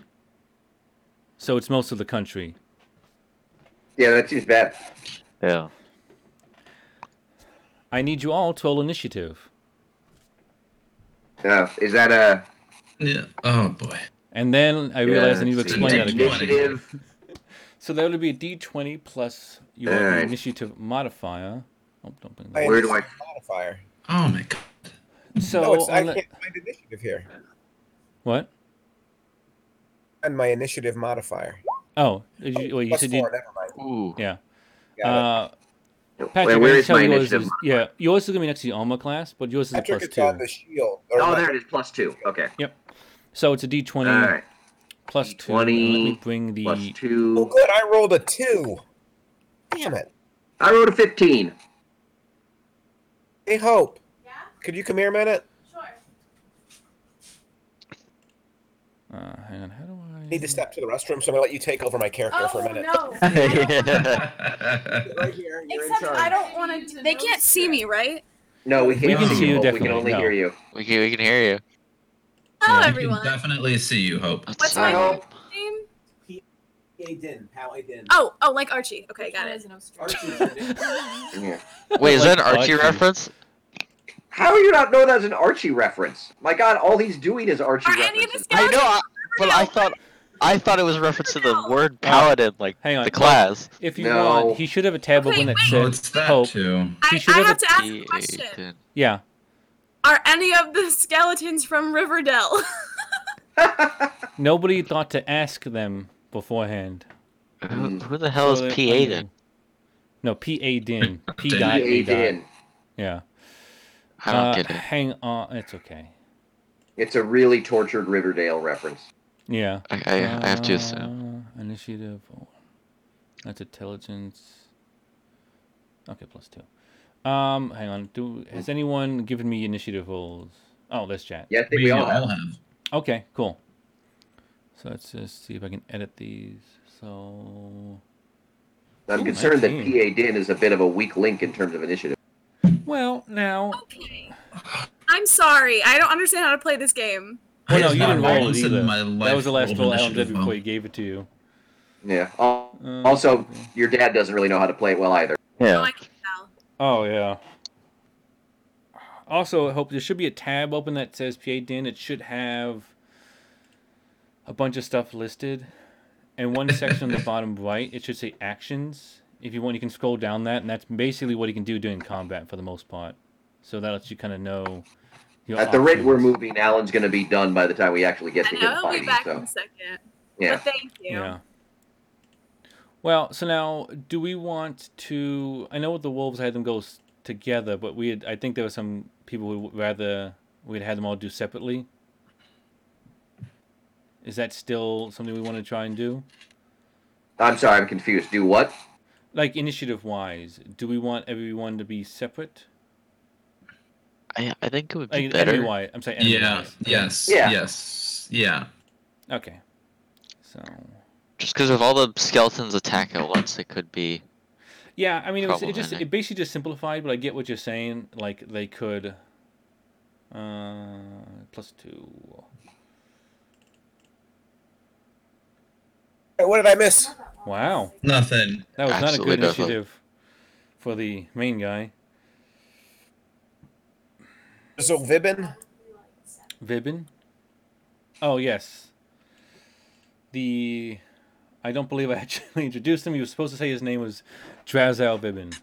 Speaker 1: so it's most of the country.
Speaker 2: Yeah, that seems bad.
Speaker 4: yeah.
Speaker 1: I need you all to roll initiative.
Speaker 2: Uh, is that a
Speaker 5: Yeah. Oh boy.
Speaker 1: And then I realized I need to
Speaker 2: it's
Speaker 1: explain that again.
Speaker 2: initiative?
Speaker 1: So that would be a d20 plus your
Speaker 2: Alright.
Speaker 1: initiative modifier. Oh, don't bring
Speaker 3: I
Speaker 1: that.
Speaker 3: am
Speaker 2: Where do I-
Speaker 3: modifier?
Speaker 5: Oh my god.
Speaker 1: So
Speaker 3: no, it's, I
Speaker 1: on the-
Speaker 3: can't find initiative here.
Speaker 1: what?
Speaker 3: And my initiative modifier.
Speaker 1: Oh, did you, well, you
Speaker 3: Plus
Speaker 1: said you,
Speaker 3: four, never mind.
Speaker 4: Ooh.
Speaker 1: yeah.
Speaker 3: Got it.
Speaker 1: Uh,
Speaker 6: Wait,
Speaker 1: Patrick,
Speaker 6: where
Speaker 1: I
Speaker 6: is
Speaker 1: tell
Speaker 6: my
Speaker 1: yours
Speaker 6: initiative?
Speaker 1: is- yeah, yours is gonna be next to the armor class, but yours is a
Speaker 3: Patrick,
Speaker 1: plus
Speaker 3: it's
Speaker 1: two.
Speaker 3: on the shield. or
Speaker 6: Oh,
Speaker 3: my-
Speaker 6: there it is. Plus two. Okay.
Speaker 1: So it's a d20
Speaker 6: All right.
Speaker 1: plus two. and Let me
Speaker 6: D20
Speaker 1: bring the.
Speaker 6: Plus
Speaker 3: Oh,
Speaker 6: two.
Speaker 3: good. I rolled a two. Damn it.
Speaker 6: I rolled a fifteen.
Speaker 3: Hey, Hope.
Speaker 7: Yeah?
Speaker 3: Could you come here a minute?
Speaker 7: Sure.
Speaker 1: Uh, hang on, how do I?
Speaker 3: need to step to the restroom, so I'm gonna let you take over my character for a minute.
Speaker 7: Mm-hmm. Oh, no.
Speaker 3: Right here, you're in
Speaker 7: Except
Speaker 3: charge.
Speaker 7: I don't want to.
Speaker 8: They can't see me, right?
Speaker 2: No, we can't
Speaker 1: can see you
Speaker 2: but We can
Speaker 1: definitely,
Speaker 2: only
Speaker 1: no.
Speaker 2: hear you.
Speaker 4: we can we can hear you.
Speaker 8: Hello,
Speaker 1: Yeah.
Speaker 5: We can
Speaker 8: everyone.
Speaker 5: definitely see you, Hope.
Speaker 8: What's
Speaker 2: I
Speaker 8: my
Speaker 2: hope.
Speaker 8: name?
Speaker 3: Aiden, Pal Aiden.
Speaker 8: Oh, oh, like Archie. Okay, got it.
Speaker 2: Yeah.
Speaker 4: Wait, is that an
Speaker 1: Like Archie.
Speaker 4: Archie reference?
Speaker 2: How do you not know that's an Archie reference? My God, all he's doing is Archie
Speaker 8: Are any of
Speaker 2: references.
Speaker 8: the
Speaker 4: I know, I-
Speaker 8: skeletons?
Speaker 4: but I thought I thought it was a reference to the word paladin, like
Speaker 1: hang on.
Speaker 4: the class.
Speaker 1: If you
Speaker 2: No.
Speaker 1: want, he should have a tab
Speaker 8: Okay,
Speaker 1: open that
Speaker 8: wait.
Speaker 5: Oh,
Speaker 1: says
Speaker 5: it's that
Speaker 1: Hope.
Speaker 5: too.
Speaker 1: She
Speaker 8: I,
Speaker 1: should
Speaker 8: I
Speaker 1: have
Speaker 8: have to ask a
Speaker 4: D-
Speaker 8: question.
Speaker 4: eighteen.
Speaker 1: Yeah.
Speaker 8: Are any of the skeletons from Riverdale?
Speaker 1: Nobody thought to ask them beforehand. Hmm.
Speaker 4: Who,
Speaker 2: Mm.
Speaker 4: who the hell
Speaker 1: So
Speaker 4: is
Speaker 1: they-
Speaker 4: P. Aiden?
Speaker 1: No, P A Din. P
Speaker 5: Din.
Speaker 1: dot A
Speaker 2: He
Speaker 1: dot.
Speaker 2: did.
Speaker 1: Yeah.
Speaker 4: I don't
Speaker 1: Uh,
Speaker 4: get it.
Speaker 1: Hang on, it's okay.
Speaker 2: It's a really tortured Riverdale reference.
Speaker 1: Yeah.
Speaker 4: I, I, I have to assume.
Speaker 1: Uh, Initiative. oh, That's intelligence. Okay, plus two. Um, hang on. Do has anyone given me initiative rolls? Oh, there's chat.
Speaker 2: Yeah, I think we, all have.
Speaker 1: Okay, cool. So let's just see if I can edit these. So,
Speaker 2: I'm
Speaker 1: Ooh,
Speaker 2: concerned that
Speaker 1: 19.
Speaker 2: PA Din is a bit of a weak link in terms of initiative.
Speaker 1: well, now.
Speaker 8: Okay. I'm sorry. I don't understand how to play this game.
Speaker 1: Well,
Speaker 5: I
Speaker 1: no,
Speaker 5: have
Speaker 1: you
Speaker 5: not
Speaker 1: didn't roll
Speaker 5: rolled
Speaker 1: it
Speaker 5: since
Speaker 1: either.
Speaker 5: my
Speaker 1: That
Speaker 5: life
Speaker 1: was the last
Speaker 5: rolled
Speaker 1: roll Alan did
Speaker 5: initiative
Speaker 1: before
Speaker 5: roll.
Speaker 1: he gave it to you.
Speaker 2: Yeah. Al-
Speaker 1: Uh,
Speaker 2: Also, your dad doesn't really know how to play it well either.
Speaker 8: Oh,
Speaker 4: Yeah.
Speaker 8: I can tell.
Speaker 1: Oh yeah. Also, I hope there should be a tab open that says PA Din. It should have a bunch of stuff listed, and one section on the bottom right, it should say actions. If you want, you can scroll down that, and that's basically what you can do during combat for the most part. So that lets you kind of know. Your
Speaker 2: At the rate we're
Speaker 1: options.
Speaker 2: moving, Alan's going to be done by the time we actually get
Speaker 8: I
Speaker 2: to
Speaker 8: know.
Speaker 2: him
Speaker 8: I'll
Speaker 2: fighting.
Speaker 8: be back in
Speaker 2: So,
Speaker 8: a second.
Speaker 2: yeah.
Speaker 8: But thank you.
Speaker 1: Yeah. Well, so now do we want to? I know with the wolves, I had them go s- together, but we had. I think there were some people who would rather we'd had them all do separately. Is that still something we want to try and do?
Speaker 2: I'm sorry, I'm confused. Do what?
Speaker 1: Like initiative wise, do we want everyone to be separate?
Speaker 4: I, I think it would be
Speaker 1: Like,
Speaker 4: better.
Speaker 1: enemy-wise, I'm sorry.
Speaker 5: Yeah.
Speaker 1: enemy-wise.
Speaker 5: Yes.
Speaker 2: Yeah.
Speaker 5: Yes. Yeah.
Speaker 1: Okay. So
Speaker 4: Just because if all the skeletons attack at once, it could be.
Speaker 1: yeah, I mean, it, was, it just
Speaker 4: Problematic.
Speaker 1: it basically just simplified, but I get what you're saying. Like they could. Uh, plus two.
Speaker 3: Hey, What did I miss?
Speaker 1: Wow,
Speaker 5: Nothing.
Speaker 1: that was
Speaker 4: Absolutely
Speaker 1: not a good
Speaker 4: doesn't.
Speaker 1: initiative for the main guy,
Speaker 3: So Vibin?
Speaker 1: Vibin. Oh yes, the I don't believe I actually introduced him. He was supposed to say his name was Drazal Vibin.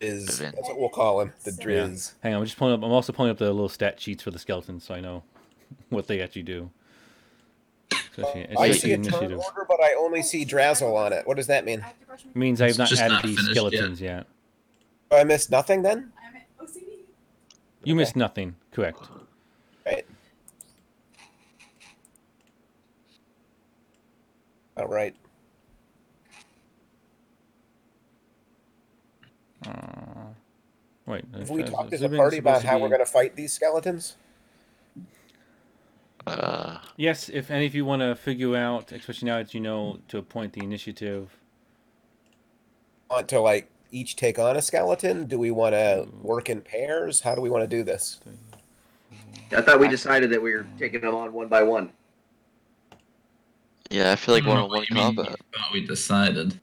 Speaker 3: Is
Speaker 4: Vibin.
Speaker 3: that's what we'll call him. The
Speaker 1: Yeah.
Speaker 3: Drizz.
Speaker 1: Hang on, I'm just pulling up. I'm also pulling up the little stat sheets for the skeletons, so I know what they actually do. Especially,
Speaker 3: I
Speaker 1: especially
Speaker 3: see a turn
Speaker 1: initiative
Speaker 3: order, but I only see Drazzle on it. What does that mean?
Speaker 1: means I've not
Speaker 5: just
Speaker 1: added
Speaker 5: not
Speaker 1: these
Speaker 5: finished yet.
Speaker 1: skeletons yet.
Speaker 3: Do I miss nothing then?
Speaker 7: I'm at OCD.
Speaker 1: You
Speaker 3: Okay.
Speaker 1: missed nothing, correct?
Speaker 3: Right. All Oh, right.
Speaker 1: Uh, wait.
Speaker 3: Have we
Speaker 1: Drazal
Speaker 3: talked as a
Speaker 1: Vibin's
Speaker 3: party about
Speaker 1: supposed to
Speaker 3: how we're
Speaker 1: be-
Speaker 3: going to fight these skeletons?
Speaker 4: Uh,
Speaker 1: Yes, if any of you want to figure out, especially now that you know to appoint the initiative.
Speaker 3: Want to like each take on a skeleton? Do we want to work in pairs? How do we want to do this?
Speaker 2: I thought we decided that we were taking them on one by one.
Speaker 4: yeah, I feel like
Speaker 5: I
Speaker 4: one on
Speaker 5: don't know
Speaker 4: one
Speaker 5: Oh, what you mean,
Speaker 4: combat.
Speaker 5: you thought we decided.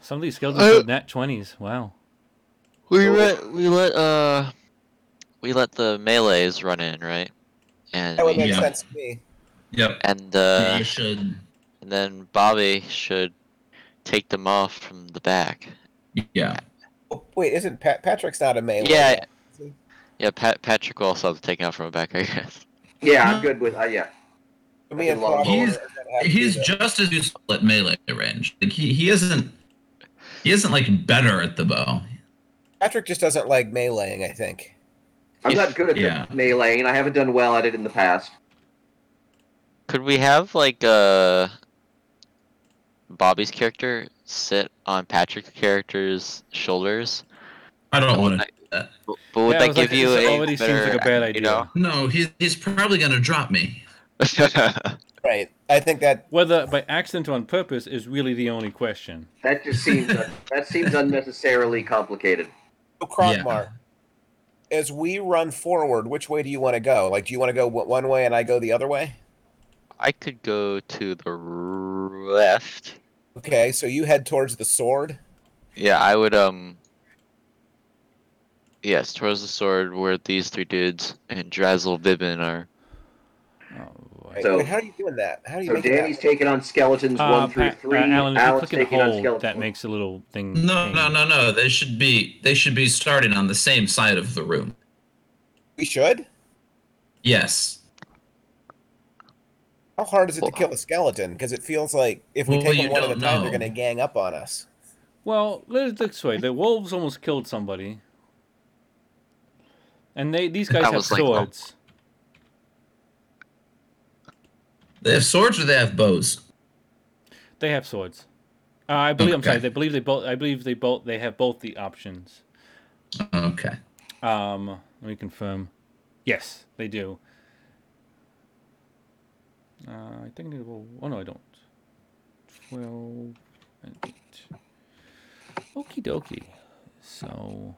Speaker 1: Some of these skeletons
Speaker 4: I-
Speaker 1: are nat twenties. Wow.
Speaker 4: We let we let uh we let the melees run in, right? And
Speaker 3: That would
Speaker 4: we-
Speaker 3: make
Speaker 5: Yeah.
Speaker 3: sense to me.
Speaker 5: Yep.
Speaker 4: and
Speaker 5: Yeah,
Speaker 4: uh
Speaker 5: you should.
Speaker 4: and then Bobby should take them off from the back.
Speaker 5: Yeah.
Speaker 3: Oh, Wait, isn't Pat- Patrick's not a melee?
Speaker 4: Yeah. Yeah, Pat, Patrick will also have to take it out from the back, I guess.
Speaker 2: Yeah,
Speaker 8: Mm.
Speaker 2: I'm good with. Uh, yeah,
Speaker 3: To me and
Speaker 2: Long
Speaker 3: Claude
Speaker 5: He's-
Speaker 3: are gonna have to
Speaker 5: He's
Speaker 3: do that.
Speaker 5: just as useful at melee range. Like he, he isn't he isn't like better at the bow.
Speaker 3: Patrick just doesn't like meleeing. I think.
Speaker 2: I'm
Speaker 4: If-
Speaker 2: not good at
Speaker 5: yeah.
Speaker 2: the melee, and I haven't done well at it in the past.
Speaker 4: Could we have like uh Bobby's character sit on Patrick's character's shoulders?
Speaker 5: I don't
Speaker 4: Would
Speaker 5: want to.
Speaker 4: that- But but would
Speaker 1: Yeah, I
Speaker 4: that
Speaker 1: was like,
Speaker 4: give you
Speaker 1: this
Speaker 4: a
Speaker 1: already seems
Speaker 4: better,
Speaker 1: like a bad
Speaker 4: You know?
Speaker 5: No, he's he's probably gonna drop me.
Speaker 3: Right. I think that
Speaker 1: Whether by accident or on purpose is really the only question.
Speaker 2: That just seems un- that seems unnecessarily complicated.
Speaker 3: So
Speaker 5: Yeah.
Speaker 3: Krogmar, as we run forward, which way do you want to go? Like, do you want to go w- one way and I go the other way?
Speaker 4: I could go to the left.
Speaker 3: Okay, so you head towards the sword.
Speaker 4: Yeah, I would um Yes, towards the sword where these three dudes and Drazzle Bibbin are.
Speaker 1: Oh, boy.
Speaker 3: Right?
Speaker 2: So-
Speaker 3: Wait, how are you doing that? How do you
Speaker 2: So
Speaker 3: make it
Speaker 2: Danny's
Speaker 3: happen?
Speaker 2: taking on skeletons
Speaker 1: Uh,
Speaker 2: one through
Speaker 1: Pat- uh,
Speaker 2: three.
Speaker 1: Alan, if
Speaker 2: Alan's
Speaker 1: you click
Speaker 2: taking
Speaker 1: and
Speaker 2: on
Speaker 1: hold,
Speaker 2: skeletons.
Speaker 1: that makes a little thing.
Speaker 5: No,
Speaker 1: ping.
Speaker 5: no, no, no. They should be they should be starting on the same side of the room.
Speaker 3: We should.
Speaker 5: Yes.
Speaker 3: How hard is it
Speaker 4: Well-
Speaker 3: to kill a skeleton? Because it feels like if we
Speaker 5: Well,
Speaker 3: take
Speaker 5: you
Speaker 3: them one at a
Speaker 5: don't
Speaker 3: time, they're
Speaker 5: know.
Speaker 3: going to gang up on us.
Speaker 1: Well, let's look this way. The wolves almost killed somebody, and they these guys
Speaker 4: I
Speaker 1: have
Speaker 4: was like, oh.
Speaker 1: swords.
Speaker 5: They have swords or they have bows?
Speaker 1: They have swords. Uh, I believe. I'm sorry.
Speaker 5: Okay.
Speaker 1: They believe they both. I believe they both. They have both the options.
Speaker 5: Okay.
Speaker 1: Um, let me confirm. Yes, they do. Uh, I think it will. Oh no, I don't. Twelve and eight. Okie dokie. So.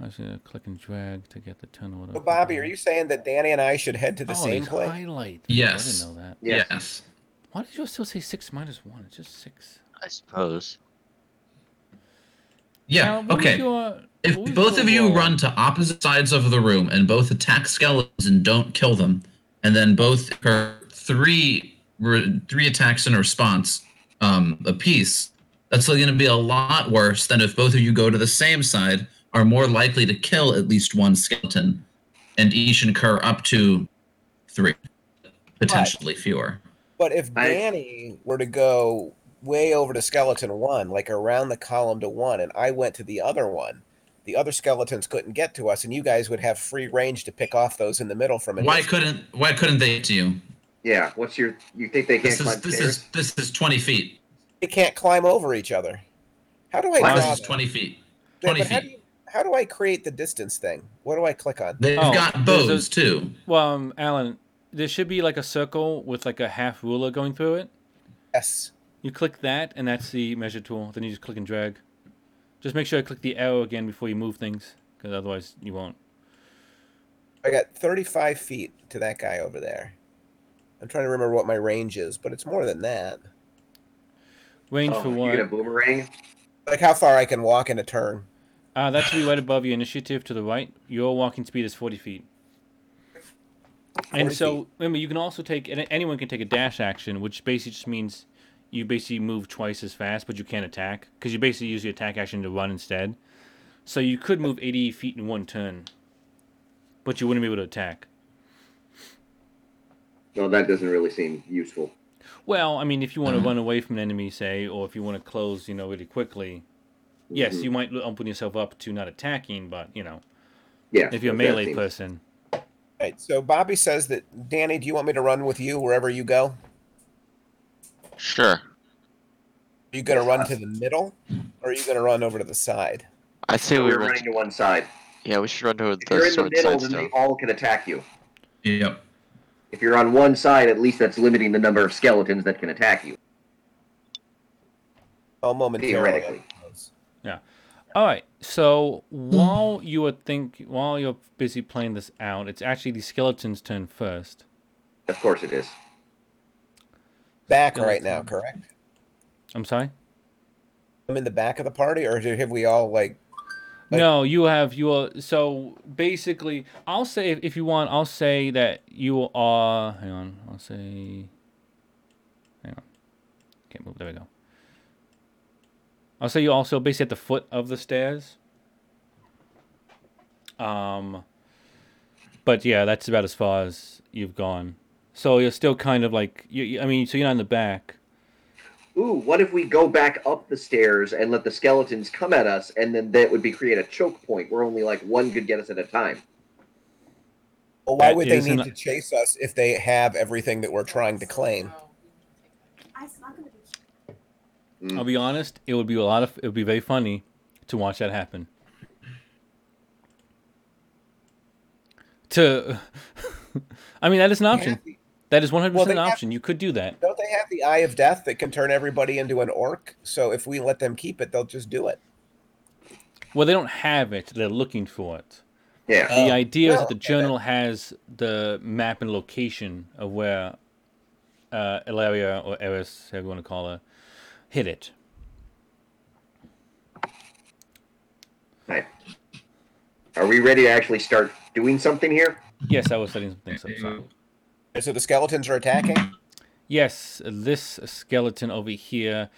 Speaker 1: I was gonna click and drag to get the turn order.
Speaker 3: So, Bobby, are you saying that Danny and I should head to the
Speaker 1: oh,
Speaker 3: same
Speaker 1: it's
Speaker 3: place?
Speaker 1: highlight.
Speaker 5: Yes.
Speaker 1: I didn't know that.
Speaker 2: Yes.
Speaker 5: yes.
Speaker 1: Why did you still say six minus one? It's just six.
Speaker 4: I suppose.
Speaker 5: Yeah.
Speaker 1: Now, what was
Speaker 5: okay.
Speaker 1: your-
Speaker 5: If
Speaker 1: what was
Speaker 5: both
Speaker 1: your
Speaker 5: of you
Speaker 1: roll?
Speaker 5: run to opposite sides of the room and both attack skeletons and don't kill them, and then both occur three re- three attacks in response um, apiece, that's going to be a lot worse than if both of you go to the same side, are more likely to kill at least one skeleton, and each incur up to three, potentially fewer.
Speaker 3: But if
Speaker 2: I-
Speaker 3: Danny were to go way over to skeleton one, like around the column to one, and I went to the other one, the other skeletons couldn't get to us, and you guys would have free range to pick off those in the middle from a
Speaker 5: Why
Speaker 3: distance.
Speaker 5: couldn't Why couldn't they get to you?
Speaker 2: Yeah. What's your? You think they can't
Speaker 5: This is
Speaker 2: climb
Speaker 5: this
Speaker 2: stairs?
Speaker 5: is this is twenty feet.
Speaker 3: they can't climb over each other. How do
Speaker 1: Why
Speaker 3: I draw
Speaker 5: This is
Speaker 3: that?
Speaker 5: twenty feet.
Speaker 3: Yeah,
Speaker 5: 20
Speaker 3: but How do,
Speaker 5: feet.
Speaker 3: you, how do I create the distance thing? What do I click on?
Speaker 5: They've
Speaker 1: Oh,
Speaker 5: got
Speaker 1: there's a-
Speaker 5: bows too.
Speaker 1: Well, um, Alan, there should be like a circle with like a half ruler going through it.
Speaker 3: Yes.
Speaker 1: You click that, and that's the measure tool. Then you just click and drag. Just make sure I click the arrow again before you move things, because otherwise you won't.
Speaker 3: I got 35 feet to that guy over there. I'm trying to remember what my range is, but it's more than that.
Speaker 1: Range
Speaker 2: Oh,
Speaker 1: for
Speaker 2: you get a
Speaker 1: one.
Speaker 2: boomerang.
Speaker 3: Like how far I can walk in a turn.
Speaker 1: Uh, that should be right above your initiative to the right. Your walking speed is 40 feet.
Speaker 3: 40
Speaker 1: And so,
Speaker 3: feet.
Speaker 1: remember, you can also take, and anyone can take a dash action, which basically just means you basically move twice as fast, but you can't attack, because you basically use your attack action to run instead. So you could move 80 feet in one turn, but you wouldn't be able to attack.
Speaker 2: No, that doesn't really seem useful.
Speaker 1: Well, I mean, if you want to
Speaker 2: Mm-hmm.
Speaker 5: Mhm.
Speaker 1: run away from an enemy, say, or if you want to close, you know, really quickly, yes,
Speaker 2: Mhm.
Speaker 1: you might open yourself up to not attacking, but, you know,
Speaker 2: Yeah.
Speaker 1: if you're a
Speaker 2: that
Speaker 1: melee
Speaker 2: seems-
Speaker 1: person.
Speaker 3: Right. So Bobby says that Danny, do you want me to run with you wherever you go?
Speaker 4: Sure.
Speaker 3: Are you gonna run to the middle? Or are you gonna run over to the side?
Speaker 4: I say
Speaker 2: So
Speaker 4: we
Speaker 2: we're
Speaker 4: run.
Speaker 2: running to one side.
Speaker 4: yeah, we should run to
Speaker 2: If
Speaker 4: the
Speaker 2: you're in the
Speaker 4: sword
Speaker 2: middle,
Speaker 4: side
Speaker 2: then they
Speaker 4: still.
Speaker 2: all can attack you.
Speaker 5: Yep.
Speaker 2: If you're on one side, at least that's limiting the number of skeletons that can attack you.
Speaker 3: Oh momentarily. I
Speaker 2: Theoretically.
Speaker 3: suppose.
Speaker 1: All right. So while you are think while you're busy playing this out, it's actually the skeleton's turn first.
Speaker 2: Of course it is.
Speaker 3: back
Speaker 1: Yeah,
Speaker 3: right
Speaker 1: that's
Speaker 3: now,
Speaker 1: fine.
Speaker 3: correct?
Speaker 1: I'm sorry.
Speaker 3: I'm in the back of the party, or have we all like? Like-
Speaker 1: no, you have you are so basically. I'll say if- if you want, I'll say that you are. Hang on, I'll say. Hang on, can't move. There we go. I'll say you also basically at the foot of the stairs. Um, but yeah, that's about as far as you've gone. So you're still kind of like you- you. I mean, so you're not in the back.
Speaker 2: Ooh, what if we go back up the stairs and let the skeletons come at us, and then that would be create a choke point where only like one could get us at a time.
Speaker 3: Well, why
Speaker 1: That
Speaker 3: would they
Speaker 1: is
Speaker 3: need
Speaker 1: an-
Speaker 3: to chase us if they have everything that we're trying to claim?
Speaker 1: I'll be honest. It would be a lot of. It would be very funny to watch that happen. To, I mean, that is an option. That is one hundred
Speaker 3: Well, they
Speaker 1: percent an
Speaker 3: have-
Speaker 1: option. You could do that.
Speaker 3: Don't they have the Eye of Death that can turn everybody into an orc? So if we let them keep it, they'll just do it.
Speaker 1: Well, they don't have it. They're looking for it.
Speaker 2: Yeah.
Speaker 5: Uh.
Speaker 3: Oh.
Speaker 1: The idea is
Speaker 3: well,
Speaker 1: that the
Speaker 3: okay,
Speaker 1: journal has the map and location of where uh, Ilaria or Eris, however you want to call her, hid it.
Speaker 2: Right. Are we ready to actually start doing something here?
Speaker 1: Yes, I was studying some things. up, sorry.
Speaker 3: And so the skeletons are attacking.
Speaker 1: Yes, this skeleton over here.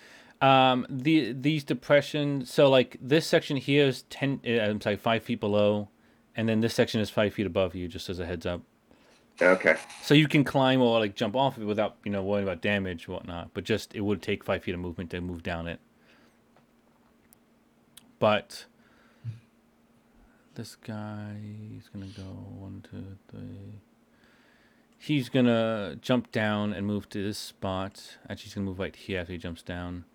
Speaker 1: Um, the these depressions. So like this section here is ten. uh, I'm sorry, five feet below, and then this section is five feet above you. Just as a heads up,
Speaker 2: Okay.
Speaker 1: so you can climb or like jump off it without you know worrying about damage or whatnot. But just it would take five feet of movement to move down it. But this guy is gonna go one, two, three. He's gonna jump down and move to this spot. Actually, he's gonna move right here after he jumps down,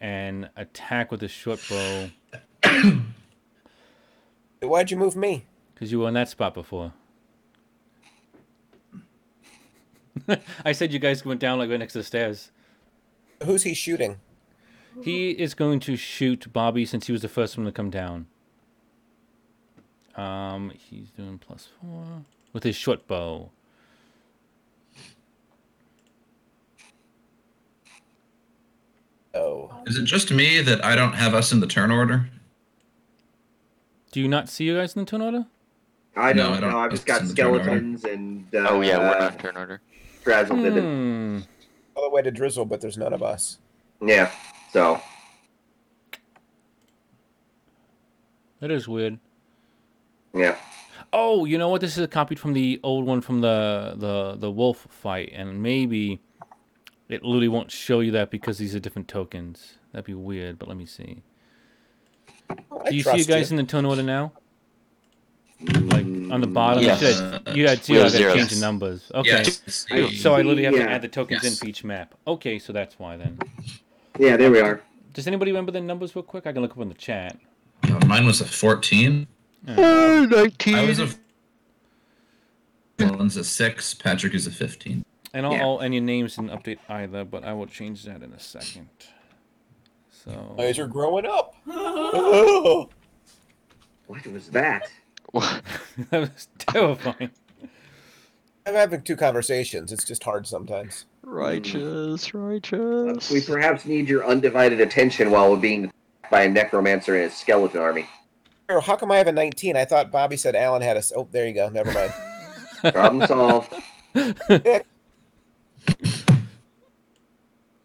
Speaker 1: and attack with a short bow
Speaker 3: Why'd you move me?
Speaker 1: because you were in that spot before. I said you guys went down like right next to the stairs.
Speaker 3: Who's he shooting?
Speaker 1: He is going to shoot Bobby since he was the first one to come down. Um, he's doing plus four with his short bow.
Speaker 3: Oh,
Speaker 5: Is it just me that I don't have us in the turn order?
Speaker 1: Do you not see you guys in the turn order?
Speaker 2: I
Speaker 5: No,
Speaker 2: don't,
Speaker 5: I don't
Speaker 2: know. I've just got
Speaker 5: think it's in the turn
Speaker 2: skeletons and uh,
Speaker 4: Oh yeah, we're not in turn order.
Speaker 2: frazzled with it.
Speaker 1: Hmm.
Speaker 3: all the way to drizzle, but there's none of us.
Speaker 2: Yeah. So
Speaker 1: That is weird.
Speaker 2: yeah.
Speaker 1: Oh, you know what? This is copied from the old one from the the the wolf fight, and maybe it literally won't show you that because these are different tokens. That'd be weird. But let me see.
Speaker 3: I
Speaker 1: Do you see you
Speaker 3: trust
Speaker 1: guys in the turn order now? Like on the bottom, you
Speaker 4: Yes.
Speaker 1: should you had
Speaker 4: We
Speaker 1: zero. I
Speaker 4: have
Speaker 1: got to change the
Speaker 4: zeros.
Speaker 1: numbers. Okay.
Speaker 5: Yes.
Speaker 2: I-
Speaker 1: So I literally have
Speaker 2: Yeah.
Speaker 1: to add the tokens in
Speaker 5: Yes.
Speaker 1: for each map. Okay, so that's why then.
Speaker 2: Yeah. There we are.
Speaker 1: Does anybody remember the numbers real quick? I can look up in the chat.
Speaker 5: Oh, mine was a 14. I was a. Dylan's a 6. Patrick is a 15.
Speaker 1: And I'll,
Speaker 2: Yeah.
Speaker 1: I'll- and your names didn't update either, but I will change that in a second. So
Speaker 3: You guys are growing up. Oh.
Speaker 2: What was that?
Speaker 1: that was terrifying.
Speaker 3: I'm having two conversations. It's just hard sometimes.
Speaker 4: righteous, righteous.
Speaker 2: Uh, We perhaps need your undivided attention while we're being attacked by a necromancer and his skeleton army.
Speaker 3: Or how come I have a 19? I thought Bobby said Alan had us. Oh, there you go. Never mind.
Speaker 2: Problem solved.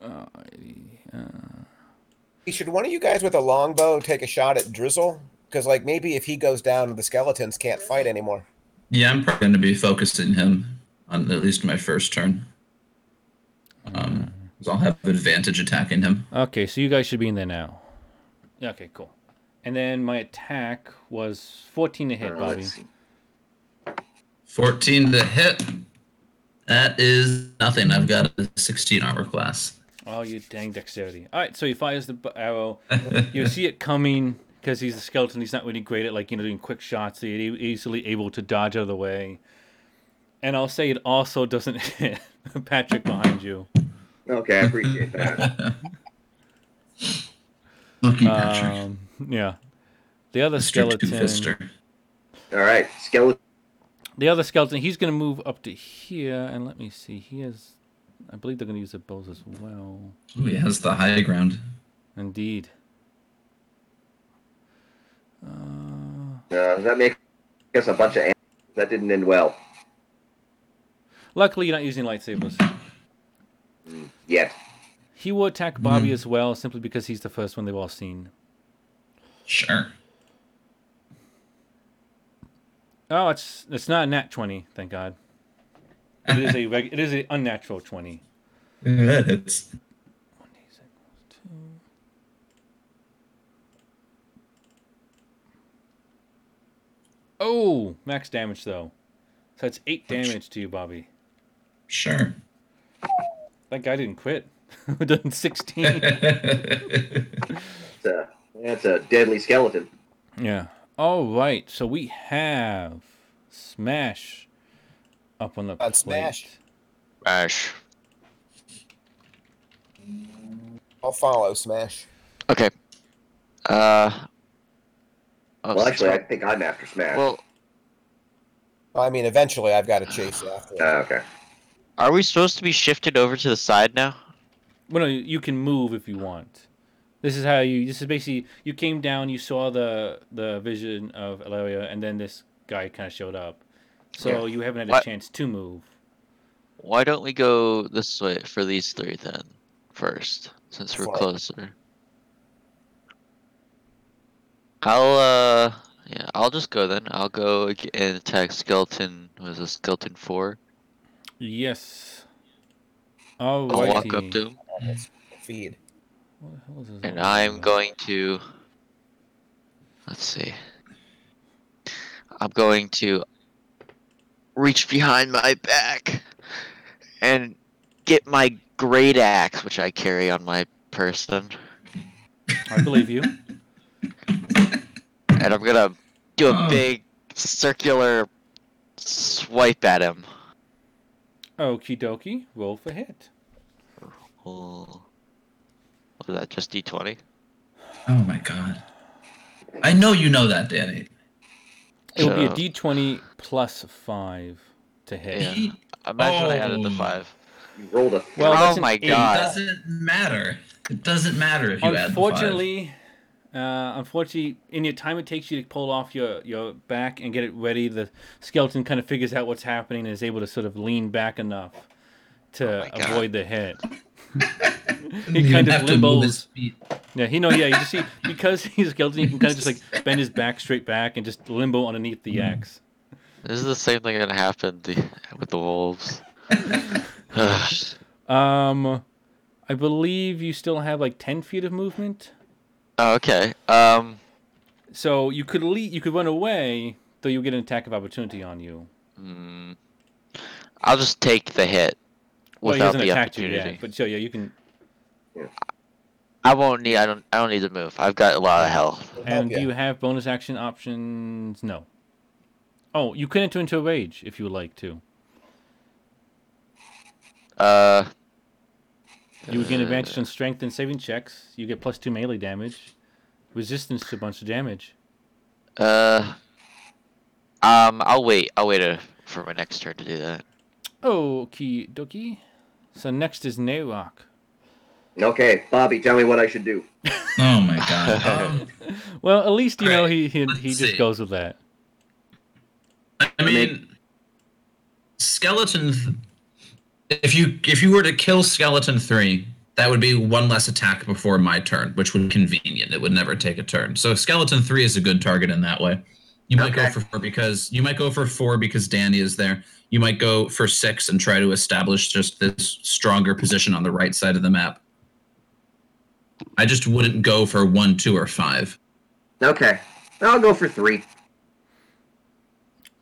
Speaker 1: Alrighty, uh,
Speaker 3: Should one of you guys with a longbow take a shot at Drizzle? Because like maybe if he goes down, the skeletons can't fight anymore.
Speaker 5: Yeah, I'm probably going to be focusing him on at least my first turn. Um, 'cause I'll have advantage attacking him.
Speaker 1: okay, so you guys should be in there now. Yeah, Okay, cool. And then my attack was 14 to hit,
Speaker 2: Uh,
Speaker 1: Bobby.
Speaker 2: let's see.
Speaker 5: 14 to hit. That is nothing. I've got a 16 armor class.
Speaker 1: Oh, you dang dexterity. All right, so he fires the bu- arrow. You see it coming because he's a skeleton. He's not really great at, like, you know, doing quick shots. He's easily able to dodge out of the way. And I'll say it also doesn't hit Patrick behind you.
Speaker 2: Okay, I appreciate that.
Speaker 5: Lucky Patrick.
Speaker 1: Um, yeah. The other
Speaker 5: Mr.
Speaker 1: skeleton.
Speaker 5: Two-Fister.
Speaker 2: All right, skeleton.
Speaker 1: The other skeleton, he's going to move up to here. And let me see. He has. I believe they're going to use their bows as well.
Speaker 5: Ooh, he has the high ground.
Speaker 1: Indeed. Uh,
Speaker 2: Uh, that makes us a bunch of. an- That didn't end well
Speaker 1: luckily, you're not using lightsabers.
Speaker 2: yet.
Speaker 1: He will attack Bobby as well, simply because he's the first one they've all seen.
Speaker 5: Sure.
Speaker 1: Oh, it's it's not a nat twenty, thank God. It is a reg- it is an unnatural twenty.
Speaker 5: It's
Speaker 1: One d six plus two. Oh, max damage though, so that's eight damage to you, Bobby.
Speaker 5: sure.
Speaker 1: That guy didn't quit. Done sixteen.
Speaker 5: Oh
Speaker 2: It's a, that's a deadly skeleton.
Speaker 1: Yeah. All right. So we have Smash up on the
Speaker 3: On Smash.
Speaker 1: plate.
Speaker 4: Ash.
Speaker 3: I'll follow Smash.
Speaker 4: Okay. Uh. oh,
Speaker 2: Well, actually, I
Speaker 4: sorry.
Speaker 2: think I'm after Smash.
Speaker 4: well,
Speaker 3: I mean, eventually I've got to chase after him.
Speaker 2: Ah, okay.
Speaker 4: are we supposed to be shifted over to the side now?
Speaker 1: Well, no, you can move if you want. This is how you. This is basically you came down. You saw the the vision of Ilaria, and then this guy kind of showed up. So you haven't had a
Speaker 4: What?
Speaker 1: chance to move.
Speaker 4: Why don't we go this way for these three then, first, since we're
Speaker 3: Fine.
Speaker 4: closer. I'll uh yeah, I'll just go then. I'll go ag- and attack skeleton. Was a skeleton four?
Speaker 1: Yes. All
Speaker 4: I'll walk up to him,
Speaker 3: Feed.
Speaker 1: Oh, What the hell is this
Speaker 4: and
Speaker 1: all
Speaker 4: I'm
Speaker 1: about?
Speaker 4: going to. Let's see. I'm going to reach behind my back and get my great axe, which I carry on my person.
Speaker 1: I believe you.
Speaker 4: and I'm gonna do a
Speaker 5: Oh.
Speaker 4: big circular swipe at him.
Speaker 1: Okie dokie. Roll for hit.
Speaker 4: Oh, what is that? Just d20?
Speaker 5: oh my god. I know you know that, Danny.
Speaker 1: It will be a
Speaker 4: So,
Speaker 1: d20 plus five to hit.
Speaker 4: Yeah. Imagine I added the
Speaker 5: Oh.
Speaker 4: five.
Speaker 2: You rolled a.
Speaker 1: Well,
Speaker 4: Oh
Speaker 1: that's an
Speaker 4: my
Speaker 1: eight.
Speaker 4: God.
Speaker 5: It doesn't matter. It doesn't matter if you add the five.
Speaker 1: unfortunately, uh, unfortunately, in your time it takes you to pull off your, your back and get it ready, the skeleton kind of figures out what's happening and is able to sort of lean back enough
Speaker 4: Oh
Speaker 1: to
Speaker 4: my God.
Speaker 1: avoid the hit.
Speaker 5: You
Speaker 1: he kind of
Speaker 5: have to move his
Speaker 1: limbos.
Speaker 5: feet.
Speaker 1: Yeah, he know. Yeah, you just see because he's a skeleton, he can kind of just like bend his back straight back and just limbo underneath
Speaker 5: Hmm.
Speaker 1: the axe.
Speaker 4: This is the same thing that happened the, with the wolves. oh,
Speaker 1: Um, I believe you still have like ten feet of movement.
Speaker 4: okay. Um,
Speaker 1: So you could le- you could run away, though you get an attack of opportunity on you.
Speaker 4: mm, I'll just take the hit
Speaker 1: Well, he
Speaker 4: without
Speaker 1: hasn't
Speaker 4: the
Speaker 1: attacked you
Speaker 4: opportunity.
Speaker 1: yet, but so yeah, you can.
Speaker 4: I won't need. I don't. I don't need to move. I've got a lot of health.
Speaker 3: It'll help
Speaker 1: And
Speaker 3: ya.
Speaker 1: do you have bonus action options? No. Oh, you can enter into a rage if you would like to.
Speaker 4: Uh,
Speaker 1: You would gain
Speaker 4: uh,
Speaker 1: advantage on strength and saving checks. You get plus two melee damage, resistance to a bunch of damage.
Speaker 4: Uh, um, I'll wait. I'll wait uh for my next turn to do that.
Speaker 1: Okie dokie. So next is Nayrok.
Speaker 2: Okay, Bobby, tell me what I should do.
Speaker 5: Oh my god. Um,
Speaker 1: Well, at least you know
Speaker 5: Alright,
Speaker 1: he he,
Speaker 5: let's
Speaker 1: he just
Speaker 5: see.
Speaker 1: goes with that.
Speaker 5: I mean, skeleton. th- If you if you were to kill skeleton three, that would be one less attack before my turn, which would be convenient. It would never take a turn. So skeleton three is a good target in that way. You might go
Speaker 6: Okay.
Speaker 5: for four because you might go for four because Danny is there. You might go for six and try to establish just this stronger position on the right side of the map. I just wouldn't go for one, two, or five.
Speaker 6: Okay, I'll go for three.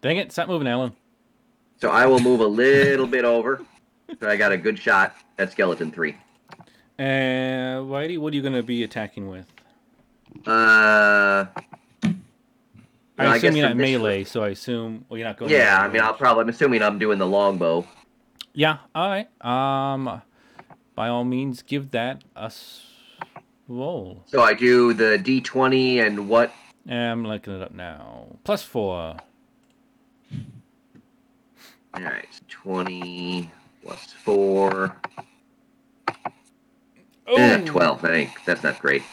Speaker 1: Dang it! Stop moving, Alan.
Speaker 6: So I will move a little bit over. So I got a good shot at skeleton three.
Speaker 1: Uh, righty, what are you gonna be attacking with?
Speaker 6: Uh,
Speaker 1: I
Speaker 6: No, I
Speaker 1: assume
Speaker 6: guess
Speaker 1: you're
Speaker 6: for
Speaker 1: not
Speaker 6: this one-
Speaker 1: melee, so I assume well, you're not going.
Speaker 6: yeah,
Speaker 1: melee
Speaker 6: I mean, I'll
Speaker 1: range.
Speaker 6: probably. I'm assuming I'm doing the longbow.
Speaker 1: Yeah. All right. Um, by all means, give that a s- roll.
Speaker 6: So I do the D20 and what?
Speaker 1: I'm looking it up now. Plus four.
Speaker 6: All right, 20. plus four.
Speaker 1: Oh,
Speaker 6: Eh, Twelve. That ain't. That's not great.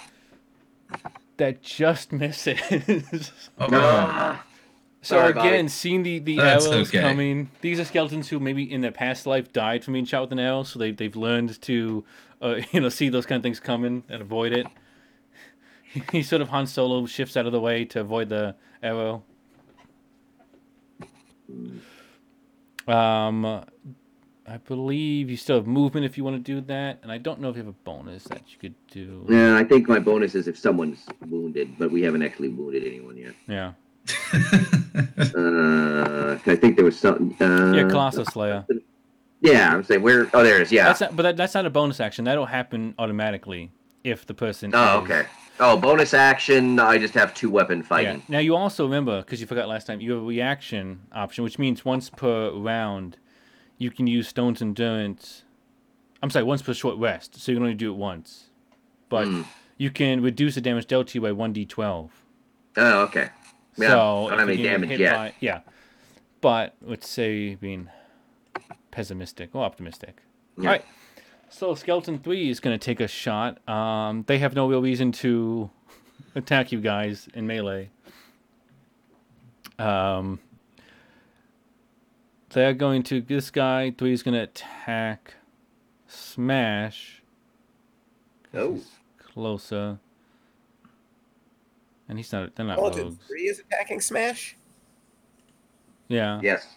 Speaker 1: That just misses.
Speaker 5: Oh,
Speaker 6: Ah,
Speaker 1: so
Speaker 2: Sorry,
Speaker 1: again, seeing the the
Speaker 5: That's
Speaker 1: arrows
Speaker 5: okay.
Speaker 1: coming, these are skeletons who maybe in their past life died from being shot with an arrow, so they they've learned to, uh, you know, see those kind of things coming and avoid it. he sort of Han Solo shifts out of the way to avoid the arrow. Um, I believe you still have movement if you want to do that, and I don't know if you have a bonus that you could do.
Speaker 6: yeah, I think my bonus is if someone's wounded, but we haven't actually wounded anyone yet.
Speaker 1: Yeah,
Speaker 6: Uh, 'cause I think there was something. Uh,
Speaker 1: yeah, Colossus Slayer.
Speaker 6: Yeah, I'm saying where. Oh, there it is. Yeah.
Speaker 1: That's not, but that, that's not a bonus action. That'll happen automatically if the person.
Speaker 6: oh,
Speaker 1: is-
Speaker 6: okay. Oh, bonus action. I just have two weapon
Speaker 1: Yeah.
Speaker 6: fighting.
Speaker 1: Now you also remember because you forgot last time you have a reaction option, which means once per round, you can use Stone's Endurance. I'm sorry, once per short rest, so you can only do it once, but
Speaker 6: Mm.
Speaker 1: you can reduce the damage dealt to you by one d12.
Speaker 6: Oh, okay. Yeah,
Speaker 1: so
Speaker 6: I don't
Speaker 1: if
Speaker 6: have
Speaker 1: you
Speaker 6: any
Speaker 1: get
Speaker 6: damage
Speaker 1: hit
Speaker 6: yet.
Speaker 1: by- yeah, but let's say being pessimistic or optimistic.
Speaker 6: Yeah.
Speaker 1: All right. So skeleton three is going to take a shot. Um, they have no real reason to attack you guys in melee. Um, they're going to this guy three is going to attack, smash. 'cause
Speaker 2: Oh.
Speaker 1: he's closer. And he's not. They're not
Speaker 3: Skeleton
Speaker 1: rogues.
Speaker 3: three is attacking Smash.
Speaker 1: Yeah.
Speaker 2: Yes.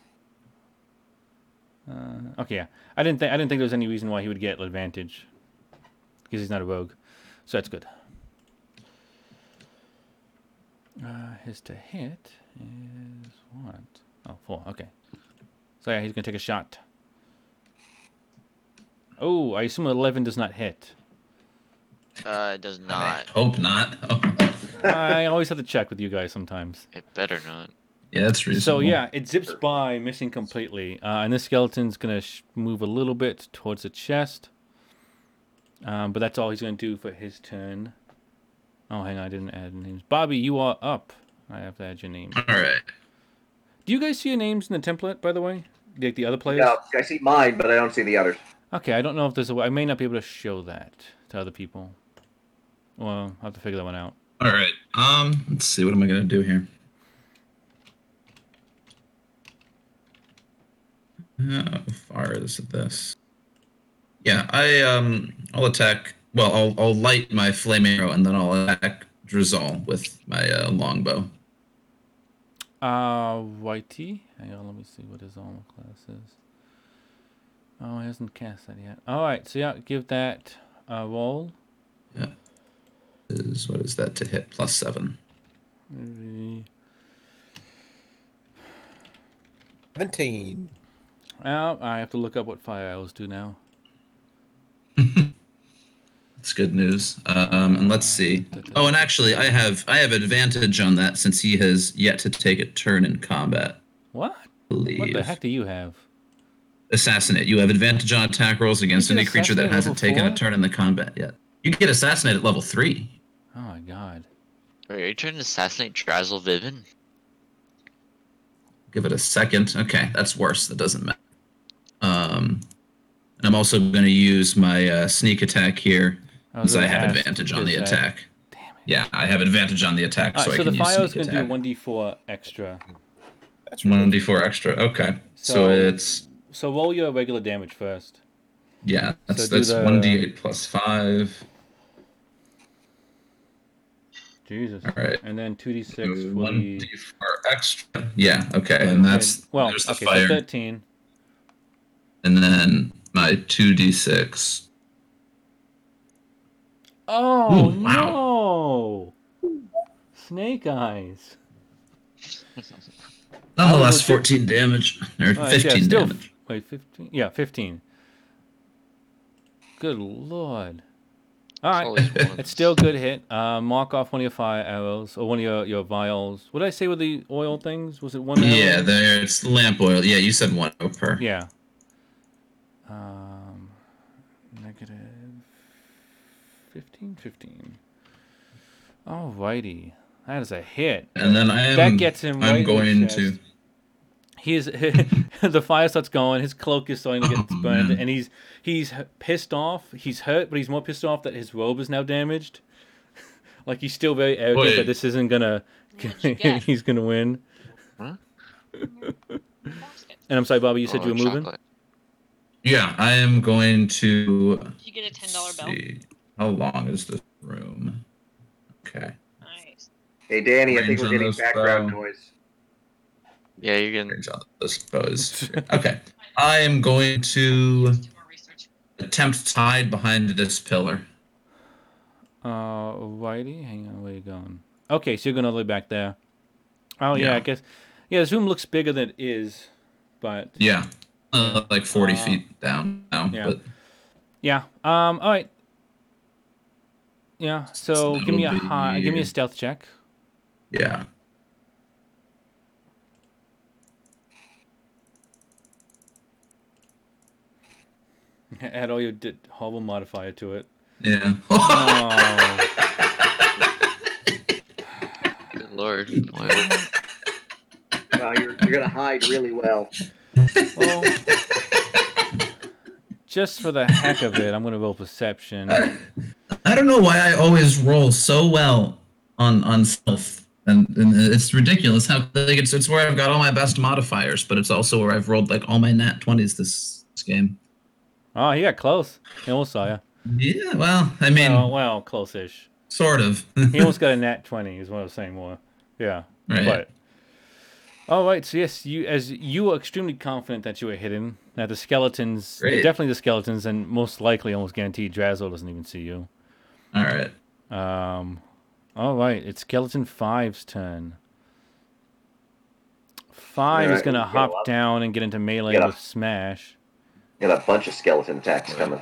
Speaker 1: Uh, okay. Yeah. I didn't think I didn't think there was any reason why he would get advantage, because he's not a rogue, so that's good. Uh, his to hit is what? Oh, four. Okay. So yeah, he's gonna take a shot. Oh, I assume eleven does not hit.
Speaker 4: Uh, it does
Speaker 5: I
Speaker 4: not.
Speaker 5: hope not.
Speaker 1: I always have to check with you guys sometimes.
Speaker 4: It better not.
Speaker 5: yeah, that's
Speaker 1: So
Speaker 5: reasonable.
Speaker 1: yeah, it zips by, missing completely, uh, and this skeleton's gonna sh- move a little bit towards the chest. Um, but that's all he's gonna do for his turn. Oh, hang on, I didn't add names. Bobby, you are up. I have to add your name.
Speaker 5: All right.
Speaker 1: Do you guys see your names in the template, by the way? Like the other players?
Speaker 2: No, I see mine, but I don't see the others.
Speaker 1: Okay, I don't know if there's a way. I may not be able to show that to other people. Well, I'll have to figure that one out.
Speaker 5: All right. Um, let's see. What am I gonna do here? How far is this? Yeah, I um, I'll attack. Well, I'll I'll light my flame arrow and then I'll attack Drizal with my uh, longbow.
Speaker 1: Uh, Whitey. Hang on, let me see what his armor class is. Oh, he hasn't cast that yet. All right, so yeah, give that a roll.
Speaker 5: Is what is that to hit? Plus seven.
Speaker 1: Maybe-
Speaker 3: Seventeen.
Speaker 1: Oh, I have to look up what fire arrows do now.
Speaker 5: That's good news. Um, and let's see. Oh, and actually, I have I have advantage on that since he has yet to take a turn in combat.
Speaker 1: What?
Speaker 5: Believe.
Speaker 1: What the heck do you have?
Speaker 5: assassinate. You have advantage on attack rolls against
Speaker 1: You can
Speaker 5: any creature that
Speaker 1: assassinate
Speaker 5: hasn't
Speaker 1: level
Speaker 5: taken
Speaker 1: four?
Speaker 5: a turn in the combat yet. You can get assassinated at level three.
Speaker 1: Oh my god.
Speaker 4: Wait, are you trying to assassinate Drazzle Vivin?
Speaker 5: Give it a second. Okay, that's worse. That doesn't matter. Um, and I'm also going to use my uh, sneak attack here
Speaker 1: I was
Speaker 5: because
Speaker 1: gonna
Speaker 5: I have
Speaker 1: ask,
Speaker 5: advantage on
Speaker 1: is
Speaker 5: the
Speaker 1: that-
Speaker 5: attack.
Speaker 1: Damn it.
Speaker 5: Yeah, I have advantage on the attack,
Speaker 1: All
Speaker 5: so
Speaker 1: right, so
Speaker 5: I can
Speaker 1: the
Speaker 5: use
Speaker 1: fire is
Speaker 5: sneak
Speaker 1: going to do
Speaker 5: attack.
Speaker 1: 1d4 extra.
Speaker 3: That's
Speaker 5: One d4 extra. Okay, so,
Speaker 1: So-
Speaker 5: it's
Speaker 1: So roll your regular damage first.
Speaker 5: yeah, that's
Speaker 1: do
Speaker 5: that's
Speaker 1: the-
Speaker 5: one d8 plus five.
Speaker 1: Jesus.
Speaker 5: All right.
Speaker 1: And then 2d6
Speaker 5: So
Speaker 1: for
Speaker 5: One
Speaker 1: the.
Speaker 5: d4 extra. Yeah. Okay, and that's
Speaker 1: well,
Speaker 5: there's the
Speaker 1: okay, so
Speaker 5: fire.
Speaker 1: 13.
Speaker 5: and then my 2d6
Speaker 1: Oh
Speaker 5: Ooh, wow.
Speaker 1: no! Snake eyes. Oh,
Speaker 5: nonetheless
Speaker 1: so-
Speaker 5: 14 damage
Speaker 1: All
Speaker 5: or
Speaker 1: right,
Speaker 5: 15
Speaker 1: yeah, still,
Speaker 5: damage
Speaker 1: Wait, fifteen? Yeah, fifteen. Good lord! All right, it's still good hit. Uh, mark off one of your fire arrows or one of your your vials. What did I say with the oil things? Was it one? Arrow?
Speaker 5: yeah there it's lamp oil yeah you said one arrow per
Speaker 1: Yeah. Um, negative 15, 15. Alrighty. That is a hit.
Speaker 5: and then i am
Speaker 1: That gets him
Speaker 5: i'm
Speaker 1: right in the
Speaker 5: going
Speaker 1: chest.
Speaker 5: to
Speaker 1: He's the fire starts going. His cloak is starting to get
Speaker 5: Oh,
Speaker 1: burned,
Speaker 5: man.
Speaker 1: and he's he's h- pissed off. He's hurt, but he's more pissed off that his robe is now damaged. like he's still very arrogant
Speaker 5: Wait.
Speaker 1: that this isn't gonna.
Speaker 7: What you get?
Speaker 1: he's gonna win.
Speaker 4: Huh?
Speaker 1: And I'm sorry, Bobby. You said
Speaker 4: Oh,
Speaker 1: you were moving.
Speaker 4: chocolate.
Speaker 5: Yeah, I am going to.
Speaker 7: Did you get a ten dollar bill?
Speaker 5: see. How long is this room? Okay.
Speaker 7: Nice.
Speaker 2: Hey, Danny, I think
Speaker 5: Range
Speaker 2: we're
Speaker 5: on
Speaker 2: getting
Speaker 5: those,
Speaker 2: background
Speaker 5: uh,
Speaker 2: noise.
Speaker 4: Yeah, you're getting
Speaker 5: Range on this suppose. Okay. I am going to
Speaker 7: Let's do more research.
Speaker 5: attempt to hide behind this pillar.
Speaker 1: Uh, righty. Hang on, where you going? Okay, so you're gonna lay back there. Oh yeah,
Speaker 5: Yeah.
Speaker 1: I guess. Yeah, this room looks bigger than it is, but
Speaker 5: Yeah. Uh, like 40
Speaker 1: Uh,
Speaker 5: feet down now.
Speaker 1: yeah.
Speaker 5: But
Speaker 1: yeah. Um. All right. Yeah. So give me a
Speaker 5: That'll
Speaker 1: high. Give me a
Speaker 5: be-
Speaker 1: stealth check.
Speaker 5: yeah.
Speaker 1: Add all your d- horrible modifier to it.
Speaker 5: Yeah.
Speaker 1: Oh.
Speaker 4: good lord. Wow.
Speaker 2: Wow, you're, you're gonna hide really well.
Speaker 1: Well, just for the heck of it, I'm gonna roll perception.
Speaker 5: I don't know why I always roll so well on on stealth, and, and it's ridiculous how like it's it's where I've got all my best modifiers, but it's also where I've rolled like all my nat twenties this, this game.
Speaker 1: Oh, he got close. He almost saw you.
Speaker 5: Yeah, well, I mean,
Speaker 1: Oh, well, close-ish.
Speaker 5: sort of.
Speaker 1: He almost got a nat twenty. Is what I was saying more. Yeah.
Speaker 5: Right.
Speaker 1: But all right, so yes, you as you are extremely confident that you are hidden. That the skeletons,
Speaker 5: Great.
Speaker 1: definitely the skeletons, and most likely, almost guaranteed, Drazzle doesn't even see you.
Speaker 5: All right.
Speaker 1: Um, all right, it's skeleton five's turn. Five is
Speaker 2: Alright,
Speaker 1: gonna
Speaker 2: we go
Speaker 1: hop
Speaker 2: up.
Speaker 1: down and get into melee
Speaker 2: Get up.
Speaker 1: with smash.
Speaker 2: Got a bunch of skeleton attacks coming.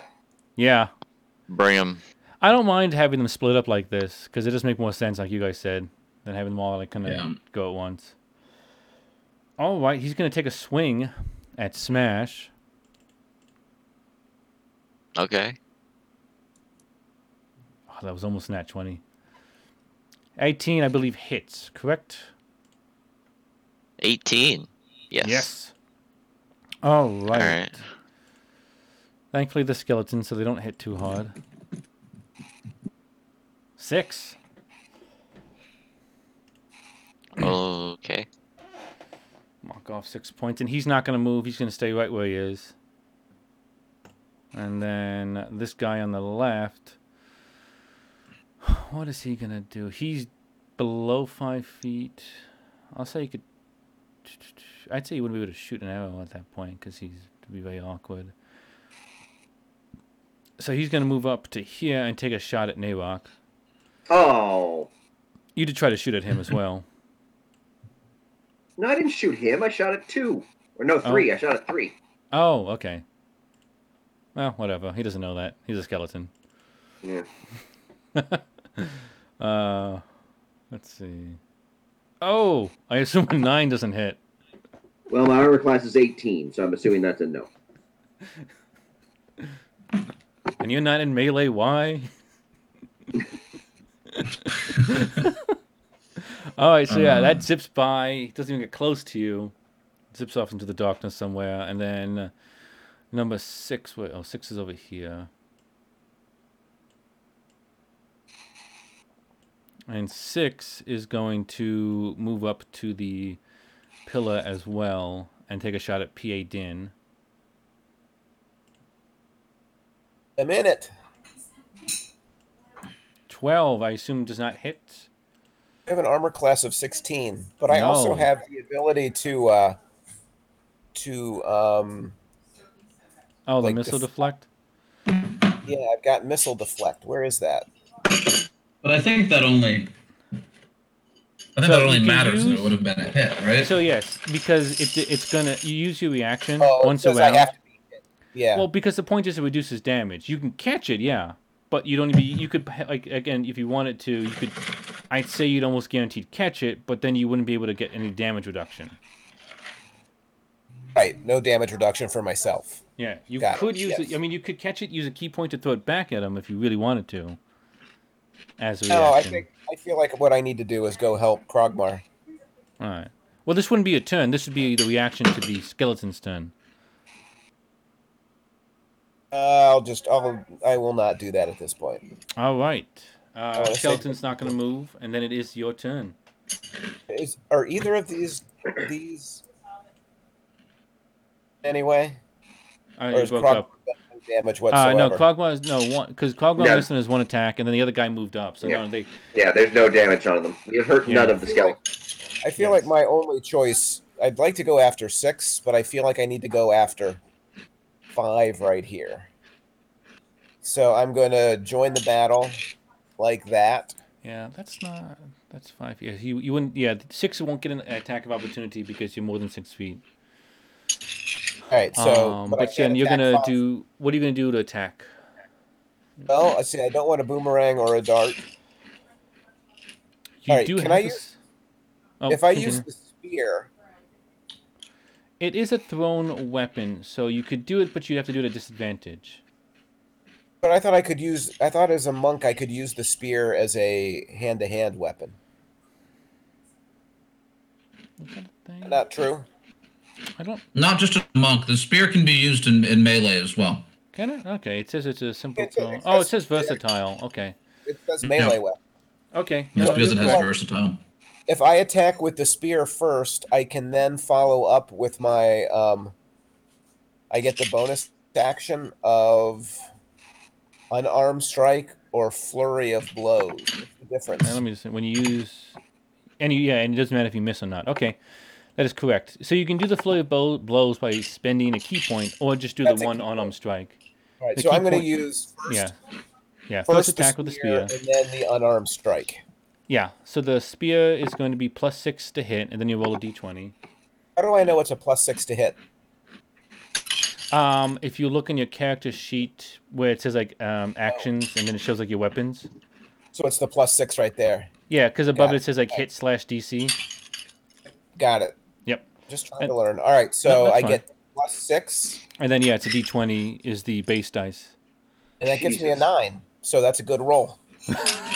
Speaker 1: Yeah,
Speaker 4: Bring him.
Speaker 1: I don't mind having them split up like this because it does make more sense, like you guys said, than having them all like kind of
Speaker 5: Yeah.
Speaker 1: go at once. All right, he's gonna take a swing at smash.
Speaker 4: Okay.
Speaker 1: Oh, that was almost nat 20. 18, I believe, hits, correct?
Speaker 4: 18. Yes.
Speaker 1: All right.
Speaker 4: All right.
Speaker 1: Thankfully, the skeleton, so they don't hit too hard. Six.
Speaker 4: Okay.
Speaker 1: Mark off six points, and he's not going to move. He's going to stay right where he is. And then this guy on the left. What is he going to do? He's below five feet. I'll say he could. I'd say he wouldn't be able to shoot an arrow at that point because he's to be very awkward. So he's going to move up to here and take a shot at Nawak.
Speaker 2: Oh
Speaker 1: You did try to shoot at him as well.
Speaker 2: no, I didn't shoot him. I shot at two, or no, three. I shot at three.
Speaker 1: Oh, okay. Well, whatever. He doesn't know that. He's a skeleton.
Speaker 2: Yeah.
Speaker 1: Uh, let's see. Oh, I assume a nine doesn't hit.
Speaker 2: Well, my armor class is 18, so I'm assuming that's a no.
Speaker 1: And you're not in melee. Why? All right, so yeah, that zips by. Doesn't even get close to you. Zips off into the darkness somewhere, and then uh, number six. Wait, oh, six is over here. And six is going to move up to the pillar as well and take a shot at PA Din.
Speaker 3: A minute.
Speaker 1: 12, I assume, does not hit.
Speaker 3: I have an armor class of 16, but I
Speaker 1: No.
Speaker 3: also have the ability to uh to um
Speaker 1: Oh, the
Speaker 3: like
Speaker 1: missile
Speaker 3: def-
Speaker 1: deflect.
Speaker 3: yeah, I've got missile deflect. Where is that?
Speaker 5: But I think that only. I think
Speaker 1: So
Speaker 5: that
Speaker 1: you
Speaker 5: only
Speaker 1: can
Speaker 5: matters. that
Speaker 1: use-
Speaker 5: It would have been a hit, right?
Speaker 1: So yes, because it, it's gonna you use your reaction
Speaker 3: Oh,
Speaker 1: once
Speaker 3: because
Speaker 1: around.
Speaker 3: I have to be hit. Yeah.
Speaker 1: Well, because the point is it reduces damage. You can catch it, yeah, but you don't. Be, you could like again if you wanted to, you could. I'd say you'd almost guaranteed catch it, but then you wouldn't be able to get any damage reduction.
Speaker 3: right. No damage reduction for myself.
Speaker 1: Yeah, you
Speaker 3: Got it,
Speaker 1: could use.
Speaker 3: yes.
Speaker 1: It, I mean, you could catch it, use a key point to throw it back at him if you really wanted to. As a
Speaker 3: No, I
Speaker 1: reaction.
Speaker 3: Oh, think I feel like what I need to do is go help Krogmar.
Speaker 1: All right. Well, this wouldn't be a turn. This would be the reaction to the skeleton's turn.
Speaker 3: I'll just I'll I will not do that at this point.
Speaker 1: All right. Uh,
Speaker 3: let's Oh, see.
Speaker 1: skeleton's not going to move, and then it is your turn.
Speaker 3: Is are either of these these anyway?
Speaker 1: I
Speaker 3: Or is
Speaker 1: Oh, broke
Speaker 3: Krog-
Speaker 1: up.
Speaker 3: no damage
Speaker 1: Uh,
Speaker 3: whatsoever?
Speaker 1: no, Krogma is no one because Krogma
Speaker 2: No.
Speaker 1: missed on his one attack, and then the other guy moved up. So
Speaker 2: Yeah.
Speaker 1: no, they
Speaker 2: Yeah, there's no damage on them. We have hurt
Speaker 1: Yeah.
Speaker 2: none of the skeleton.
Speaker 3: I feel like my only choice. I'd like to go after six, but I feel like I need to go after five right here. So I'm going to join the battle like that.
Speaker 1: yeah, that's not that's five. Yeah, you you wouldn't. Yeah, six won't get an attack of opportunity because you're more than six feet.
Speaker 3: All right. So,
Speaker 1: um, but
Speaker 3: I can't
Speaker 1: Jen, you're
Speaker 3: attack
Speaker 1: gonna
Speaker 3: five.
Speaker 1: do what are you gonna do to attack?
Speaker 3: Well, I see. I don't want a boomerang or a dart.
Speaker 1: You
Speaker 3: Alright, can I
Speaker 1: to
Speaker 3: use-
Speaker 1: s- Oh,
Speaker 3: if I
Speaker 1: continue.
Speaker 3: use the spear,
Speaker 1: it is a thrown weapon, so you could do it, but you'd have to do it at disadvantage.
Speaker 3: but I thought I could use. I thought as a monk I could use the spear as a hand-to-hand weapon.
Speaker 1: Is that a thing?
Speaker 3: Not true.
Speaker 1: I don't.
Speaker 5: Not just a monk. The spear can be used in, in melee as well.
Speaker 1: Can it? Okay, it says it's a simple
Speaker 3: It's a-
Speaker 1: throw.
Speaker 3: it
Speaker 1: Oh, it says
Speaker 3: says-
Speaker 1: versatile. Okay.
Speaker 3: It says
Speaker 5: No.
Speaker 3: melee weapon.
Speaker 1: Okay.
Speaker 5: Just
Speaker 3: No,
Speaker 5: because it
Speaker 3: you're
Speaker 5: has
Speaker 3: correct.
Speaker 5: versatile.
Speaker 3: If I attack with the spear first, I can then follow up with my. Um, I get the bonus action of unarmed strike or flurry of blows. What's the
Speaker 1: Now, let
Speaker 3: difference?
Speaker 1: me just when you use and you, yeah, and it doesn't matter if you miss or not. Okay, that is correct. So you can do the flurry of blow, blows by spending a key point, or just do
Speaker 3: That's a
Speaker 1: the
Speaker 3: key
Speaker 1: one on arm strike.
Speaker 3: All right,
Speaker 1: the
Speaker 3: so
Speaker 1: key
Speaker 3: I'm going to
Speaker 1: point-
Speaker 3: use first,
Speaker 1: Yeah, yeah. First,
Speaker 3: first
Speaker 1: attack with the spear.
Speaker 3: and then the unarmed strike.
Speaker 1: Yeah. So the spear is going to be plus six to hit, and then you roll a d20.
Speaker 3: How do I know it's a plus six to hit?
Speaker 1: Um, if you look in your character sheet where it says like um, actions, and then it shows like your weapons.
Speaker 3: So it's the plus six right there.
Speaker 1: Yeah, because above
Speaker 3: Got
Speaker 1: it says like hit slash DC.
Speaker 3: Got it.
Speaker 1: Yep.
Speaker 3: Just trying to learn. All right, so
Speaker 1: that's
Speaker 3: I
Speaker 1: fine.
Speaker 3: get plus six,
Speaker 1: And then yeah, it's a d20 is the base dice.
Speaker 3: and that gives me a
Speaker 2: Jesus.
Speaker 3: nine. So that's a good roll.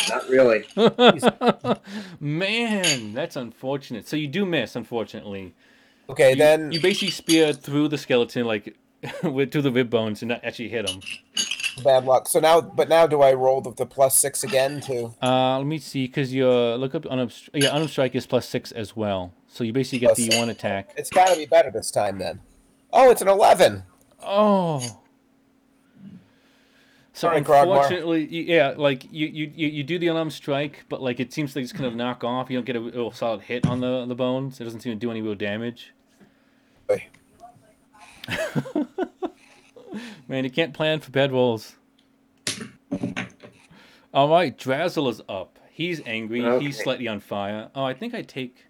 Speaker 2: Not really.
Speaker 1: Man, that's unfortunate. So you do miss, unfortunately.
Speaker 3: Okay,
Speaker 1: You,
Speaker 3: then
Speaker 1: you basically spear through the skeleton, like with through the rib bones, and not actually hit him.
Speaker 3: bad luck. So now, but now do I roll the, the plus six again to
Speaker 1: Uh, let me see, because your look up unarmed, str- yeah, unarmed strike is plus six as well. So you basically get
Speaker 3: Plus
Speaker 1: the
Speaker 3: six.
Speaker 1: one attack.
Speaker 3: It's got to be better this time then. Oh, it's an 11.
Speaker 1: Oh. So
Speaker 3: Sorry, Grogmar.
Speaker 1: unfortunately, y- yeah, like you, you, you you do the unarmed strike, but like it seems they just kind of knock off. You don't get a real solid hit on the the bones. It doesn't seem to do any real damage.
Speaker 3: Oy.
Speaker 1: Man, you can't plan for bed rolls. All right, Drazzle is up. He's angry.
Speaker 2: Okay.
Speaker 1: He's slightly on fire. Oh, I think I take.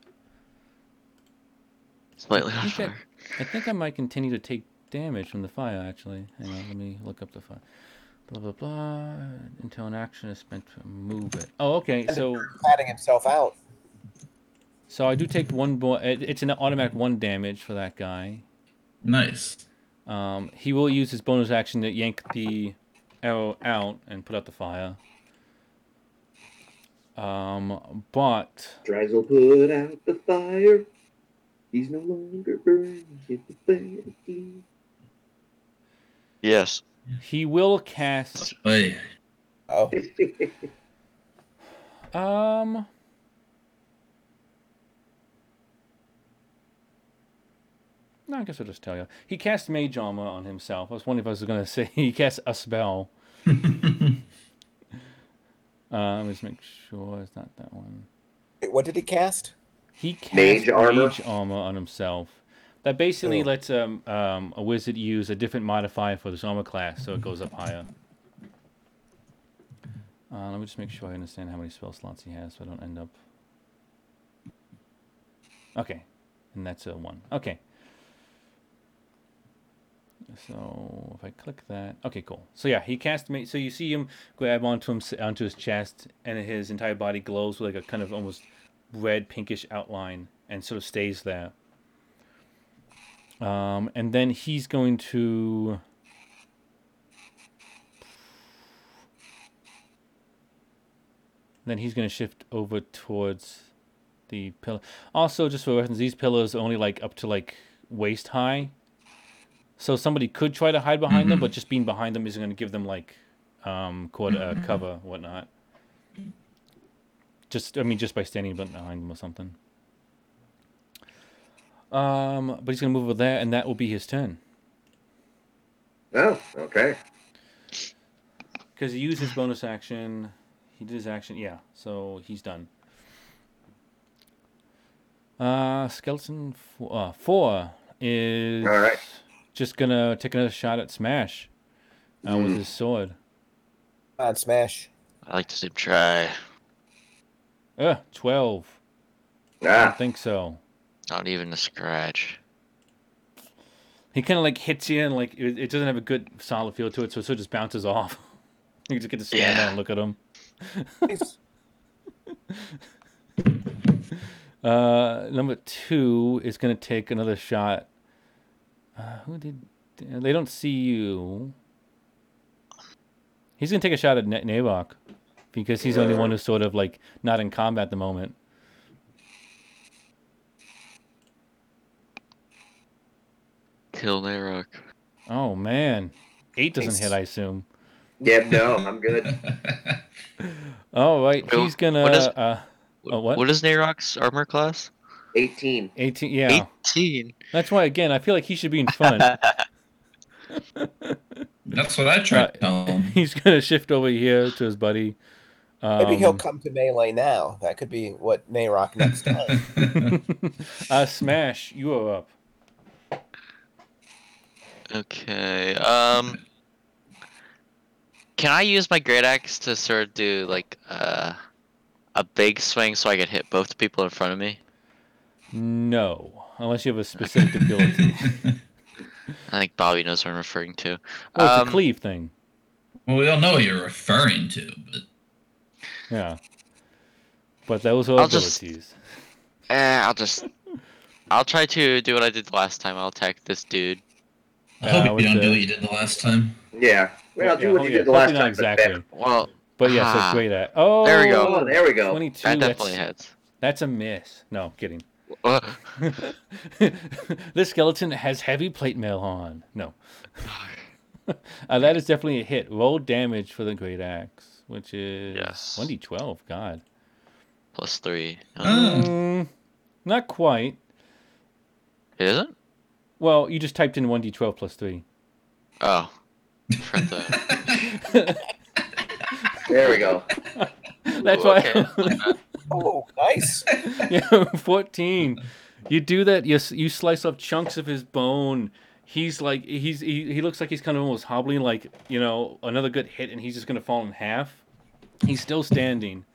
Speaker 4: Slightly
Speaker 1: I
Speaker 4: on
Speaker 1: think
Speaker 4: fire.
Speaker 1: I, I think I might continue to take damage from the fire. Actually, hang on. Let me look up the fire. Blah blah blah. Until an action is spent to move it. Oh, okay. So
Speaker 3: Patting himself out.
Speaker 1: so I do take one more. It, it's an automatic one damage for that guy.
Speaker 5: Nice.
Speaker 1: Um, he will use his bonus action to yank the arrow out and put out the fire. Um, but
Speaker 2: Drizel put out the fire. He's no longer burning. It's a fantasy.
Speaker 4: Yes.
Speaker 1: he will cast.
Speaker 5: Oy.
Speaker 3: Oh,
Speaker 1: Um. No, I guess I'll just tell you. He cast Mage Armor on himself. I was wondering if I was going to say he cast a spell. Um, let's make sure it's not that one.
Speaker 3: wait, what did he cast?
Speaker 1: He cast
Speaker 2: Mage
Speaker 1: mage
Speaker 2: armor?
Speaker 1: armor, on himself. That basically
Speaker 3: Oh.
Speaker 1: lets um, um, a wizard use a different modifier for this armor class, so it goes up higher. Uh, let me just make sure I understand how many spell slots he has, so I don't end up. Okay, and that's a one. Okay. So if I click that, okay, cool. So yeah, he cast me. So you see him grab onto him onto his chest, and his entire body glows with like a kind of almost red pinkish outline, and sort of stays there. Um, and then he's going to. Then he's going to shift over towards the pillow. Also, just for reference, these pillows are only like up to like waist high, so somebody could try to hide behind them,
Speaker 5: Mhm.
Speaker 1: but just being behind them isn't going to give them like um quad uh, cover whatnot. Just I mean, just by standing behind them or something. Um, but he's gonna move over there, and that will be his turn
Speaker 2: Oh, okay.
Speaker 1: because he used his bonus action. He did his action, yeah. So he's done. Uh, skeleton four, uh, four is
Speaker 2: All right.
Speaker 1: just gonna take another shot at Smash uh,
Speaker 2: Mm.
Speaker 1: with his sword.
Speaker 3: Come on, smash.
Speaker 4: I like to see him try.
Speaker 1: Uh, twelve. I
Speaker 2: Ah,
Speaker 1: don't think so.
Speaker 4: Not even a scratch.
Speaker 1: He kind of like hits you, and like it, it doesn't have a good solid feel to it, so it sort of just bounces off. you just get to stand there
Speaker 4: Yeah.
Speaker 1: and look at him.
Speaker 3: Nice.
Speaker 1: Uh, number two is gonna take another shot. Uh, who did? They don't see you. He's gonna take a shot at Na- Nabok because he's the only one who's sort of like not in combat at the moment.
Speaker 4: Kill Narok.
Speaker 1: Oh man, eight doesn't hit, I assume.
Speaker 2: yeah, no, I'm good.
Speaker 1: All Oh, right,
Speaker 4: Who-
Speaker 1: he's gonna
Speaker 4: what is-
Speaker 1: uh,
Speaker 4: Wh-
Speaker 1: Uh, what?
Speaker 4: What is Narok's armor class?
Speaker 2: 18.
Speaker 1: eighteen. Yeah,
Speaker 4: 18.
Speaker 1: that's why again I feel like he should be in front.
Speaker 5: That's what I tried to tell him.
Speaker 1: he's gonna shift over here to his buddy. Um,
Speaker 3: Maybe he'll come to melee now. That could be what Nayrock next time.
Speaker 1: uh, Smash, you are up.
Speaker 4: Okay. Um. Can I use my great axe to sort of do like uh, a big swing so I could hit both the people in front of me?
Speaker 1: No, unless you have a specific ability.
Speaker 4: I think Bobby knows what I'm referring to.
Speaker 1: Oh, it's
Speaker 4: Um,
Speaker 1: a cleave thing.
Speaker 5: well, we all know what you're referring to, but
Speaker 1: Yeah. But those are
Speaker 4: I'll just-
Speaker 1: abilities.
Speaker 4: eh, I'll just. I'll try to do what I did last time. I'll attack this dude.
Speaker 5: I
Speaker 1: Yeah,
Speaker 5: hope
Speaker 1: with
Speaker 5: you don't
Speaker 1: the-
Speaker 5: do what you did the last time.
Speaker 2: Yeah. Well,
Speaker 1: Yeah,
Speaker 2: do what
Speaker 1: oh,
Speaker 2: you
Speaker 1: yeah,
Speaker 2: did the last
Speaker 1: probably not
Speaker 2: time.
Speaker 1: exactly.
Speaker 2: But better.
Speaker 4: Well,
Speaker 1: But yeah,
Speaker 4: Ah.
Speaker 1: so great at. Oh,
Speaker 4: There we go.
Speaker 2: Oh, there we go.
Speaker 1: 22.
Speaker 4: that
Speaker 1: that's,
Speaker 4: definitely hits.
Speaker 1: that's a miss. No, kidding.
Speaker 4: Uh,
Speaker 1: this skeleton has heavy plate mail on. No. uh, that is definitely a hit. Roll damage for the great axe, which is
Speaker 4: Yes.
Speaker 1: 1d12. God.
Speaker 4: plus three. Um, No,
Speaker 5: Oh,
Speaker 1: Mm, not quite.
Speaker 4: it isn't.
Speaker 1: Well, you just typed in 1d12 plus 3.
Speaker 4: Oh. Forgot the-
Speaker 2: There we go.
Speaker 1: That's
Speaker 4: Ooh,
Speaker 1: why.
Speaker 4: okay.
Speaker 3: oh, nice.
Speaker 1: yeah, 14. You do that, you, s- you slice off chunks of his bone. He's like, he's he, he looks like he's kind of almost hobbling, like, you know, another good hit, and he's just going to fall in half. He's still standing.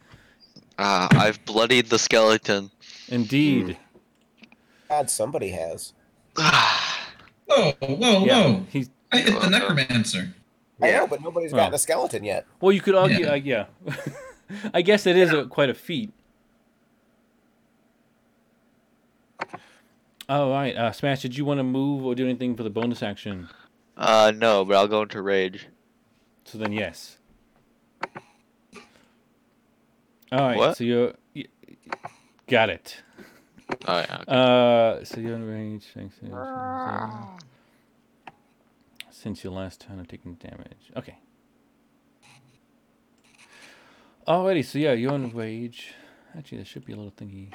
Speaker 4: Ah, I've bloodied the skeleton.
Speaker 1: Indeed.
Speaker 3: God, somebody has.
Speaker 4: Uh,
Speaker 5: whoa, whoa,
Speaker 1: yeah.
Speaker 5: whoa.
Speaker 1: He's,
Speaker 5: I hit the necromancer.
Speaker 3: I know, but nobody's gotten
Speaker 1: Oh.
Speaker 3: a skeleton yet.
Speaker 1: well, you could argue,
Speaker 5: Yeah.
Speaker 1: uh, yeah. I guess it is a, quite a feat. All right, uh, Smash, did you want to move or do anything for the bonus action?
Speaker 4: Uh, no, but I'll go into rage.
Speaker 1: So then, yes. All right.
Speaker 4: What?
Speaker 1: So you're y- got it.
Speaker 4: Oh yeah.
Speaker 1: Uh, so you're in range. Thanks. to- uh, Since your last turn of taking damage. Okay. Alrighty. So yeah, you're in rage. Actually, there should be a little thingy.